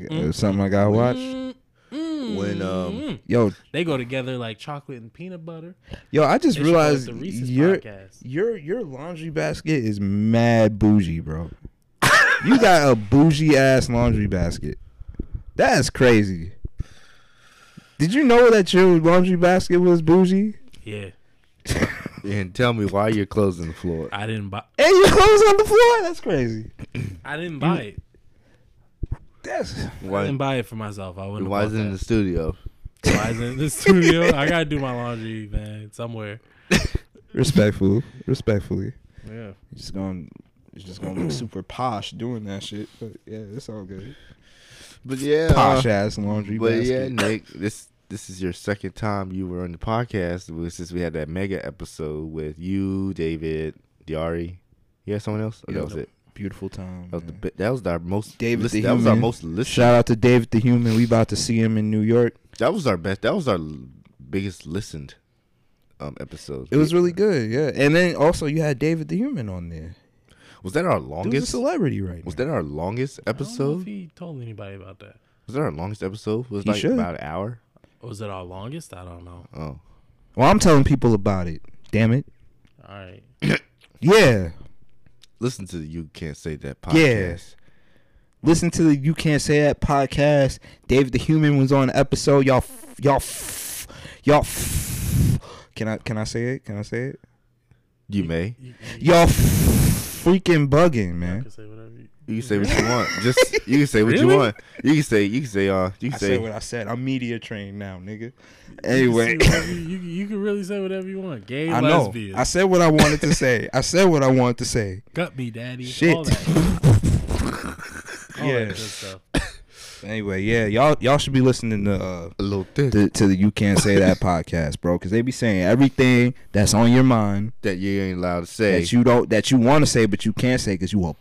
Speaker 3: like, it was something I gotta watch.
Speaker 1: When um
Speaker 3: Yo,
Speaker 2: they go together like chocolate and peanut butter.
Speaker 3: yo, I just
Speaker 2: They should call it
Speaker 3: realized
Speaker 2: the Reese's
Speaker 3: your
Speaker 2: podcast.
Speaker 3: your your laundry basket is mad bougie, bro. you got a bougie ass laundry basket. That is crazy. Did you know that your laundry basket was bougie?
Speaker 2: Yeah,
Speaker 1: and tell me why you're closing the floor.
Speaker 2: I didn't buy.
Speaker 3: And your clothes on the floor? That's crazy.
Speaker 2: I didn't buy it.
Speaker 3: That's
Speaker 2: I
Speaker 1: Why
Speaker 2: didn't buy it for myself. I wouldn't.
Speaker 1: why is it in the studio?
Speaker 2: the, why is it in the studio? I gotta do my laundry, man, somewhere.
Speaker 3: respectful. Respectfully.
Speaker 2: Yeah.
Speaker 3: You're just gonna you're just gonna look super posh doing that shit. But yeah, it's all good.
Speaker 1: But yeah, uh,
Speaker 3: Posh ass laundry
Speaker 1: but
Speaker 3: basket.
Speaker 1: yeah, Nick, this this is your second time you were on the podcast well, since we had that mega episode with you, David, Diari. Yeah, someone else. Oh, that was it.
Speaker 3: Beautiful time.
Speaker 1: That was, the,
Speaker 3: man.
Speaker 1: bi- that was our most
Speaker 3: David
Speaker 1: listen-
Speaker 3: the
Speaker 1: That was our
Speaker 3: Human.
Speaker 1: most listen.
Speaker 3: Shout out to David the Human. We about to see him in New York.
Speaker 1: That was our best. That was our l- biggest listened um episode.
Speaker 3: It was really good, yeah. And then also you had David the Human on there.
Speaker 1: Was that our
Speaker 3: He was a
Speaker 1: longest?
Speaker 3: celebrity right
Speaker 1: Was
Speaker 3: now.
Speaker 1: that our longest
Speaker 2: I don't know if
Speaker 1: episode?
Speaker 2: he told anybody about that.
Speaker 1: Was that our longest episode? Was it
Speaker 3: He
Speaker 1: like
Speaker 3: should.
Speaker 1: about an hour.
Speaker 2: Was it our longest? I don't know.
Speaker 1: Oh,
Speaker 3: Well, I'm telling people about it. Damn it.
Speaker 2: All right.
Speaker 3: Yeah.
Speaker 1: listen to the you can't say that podcast.
Speaker 3: Yeah. Listen to the You Can't Say That podcast. David the Human was on an episode. Y'all f- y'all f- y'all f- Can I can I say it? Can I say it?
Speaker 1: You may.
Speaker 2: You, you
Speaker 3: Y'all f- freaking bugging, man.
Speaker 2: can say whatever. You,
Speaker 1: You can say what you want. Just you can say what you
Speaker 2: Really?
Speaker 1: want. You can say you can say uh you
Speaker 3: I
Speaker 1: can
Speaker 3: said
Speaker 1: say
Speaker 3: what I said. I'm media trained now,
Speaker 2: you
Speaker 3: nigga. Anyway.
Speaker 2: can say whatever you, you, you can really say whatever you want. Gay,
Speaker 3: I know.
Speaker 2: lesbian,
Speaker 3: I said what I wanted to say. I said what I wanted to say.
Speaker 2: cut me, daddy.
Speaker 3: Shit.
Speaker 2: All that. All
Speaker 3: Yeah.
Speaker 2: that good stuff.
Speaker 3: Anyway, yeah, y'all y'all should be listening to uh
Speaker 1: a little thing
Speaker 3: to, to the You Can't Say That podcast, bro, because they be saying everything that's on your mind
Speaker 1: that you ain't allowed to say.
Speaker 3: that you don't that you want to say but you can't say because you a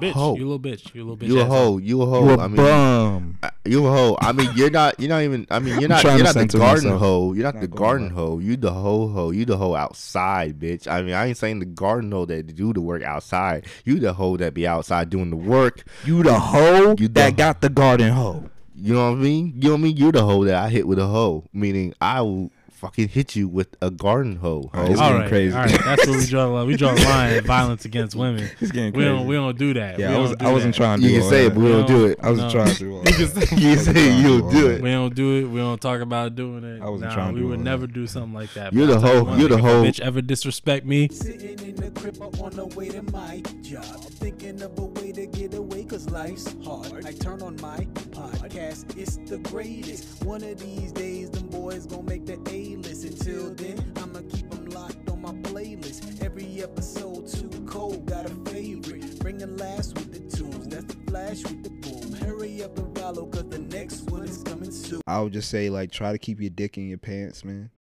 Speaker 2: Bitch,
Speaker 1: Hoe.
Speaker 2: you little bitch. You little bitch.
Speaker 1: You a
Speaker 2: ass
Speaker 1: hoe. You a
Speaker 3: you
Speaker 1: hoe.
Speaker 3: a
Speaker 1: Oh, I mean,
Speaker 3: bum.
Speaker 1: I- you a hoe. I mean, you're not. You're not even. I mean, you're not.
Speaker 3: trying
Speaker 1: You're not
Speaker 3: to
Speaker 1: the
Speaker 3: censor
Speaker 1: garden
Speaker 3: myself.
Speaker 1: hoe. You're not,
Speaker 3: Not
Speaker 1: the
Speaker 3: going
Speaker 1: garden
Speaker 3: well.
Speaker 1: hoe. You the hoe hoe. You the hoe outside, bitch. I mean, I ain't saying the garden hoe that do the work outside. You the hoe that be outside doing the work.
Speaker 3: You the hoe
Speaker 1: You
Speaker 3: that
Speaker 1: the-
Speaker 3: got the garden hoe.
Speaker 1: You know what I mean? You know what I mean? You're the hoe that I hit with a hoe. Meaning, I will fucking hit you with a garden hoe. hoe.
Speaker 3: It's
Speaker 2: All
Speaker 3: getting
Speaker 2: right,
Speaker 3: crazy.
Speaker 2: all right. That's where we draw the line. We draw the line at violence against women.
Speaker 3: It's getting
Speaker 2: We don't, we don't do that.
Speaker 3: yeah,
Speaker 2: we
Speaker 3: I was
Speaker 2: don't do
Speaker 3: I wasn't
Speaker 2: that.
Speaker 3: trying to.
Speaker 1: You
Speaker 3: do
Speaker 1: can
Speaker 3: all
Speaker 1: say it,
Speaker 3: that.
Speaker 1: but we don't do it.
Speaker 3: I was
Speaker 2: No.
Speaker 3: not trying to. Do all that.
Speaker 1: You can say it, you'll do it.
Speaker 2: We don't do it. We don't talk about doing it.
Speaker 3: I wasn't
Speaker 2: nah,
Speaker 3: trying to
Speaker 2: we
Speaker 3: do
Speaker 2: would
Speaker 3: all
Speaker 2: never do something like that.
Speaker 1: You're
Speaker 2: bro.
Speaker 1: the
Speaker 2: Tell you
Speaker 1: hoe-
Speaker 2: one
Speaker 1: you're the
Speaker 2: thing, if a
Speaker 1: hoe.
Speaker 2: Bitch, ever disrespect me?
Speaker 4: Sitting in the crib on the way to my job. Thinking of a way to get away, cause life's hard. I turn on my podcast, it's the greatest. One of these days, them boys gonna make the A list. Until then, I'ma keep them locked on my playlist. Every episode, too cold, got a favorite. Bringing laughs with the tunes, that's the flash with the boom. Hurry up and follow, cause the next one is coming soon.
Speaker 3: I would just say like try to keep your dick in your pants, man.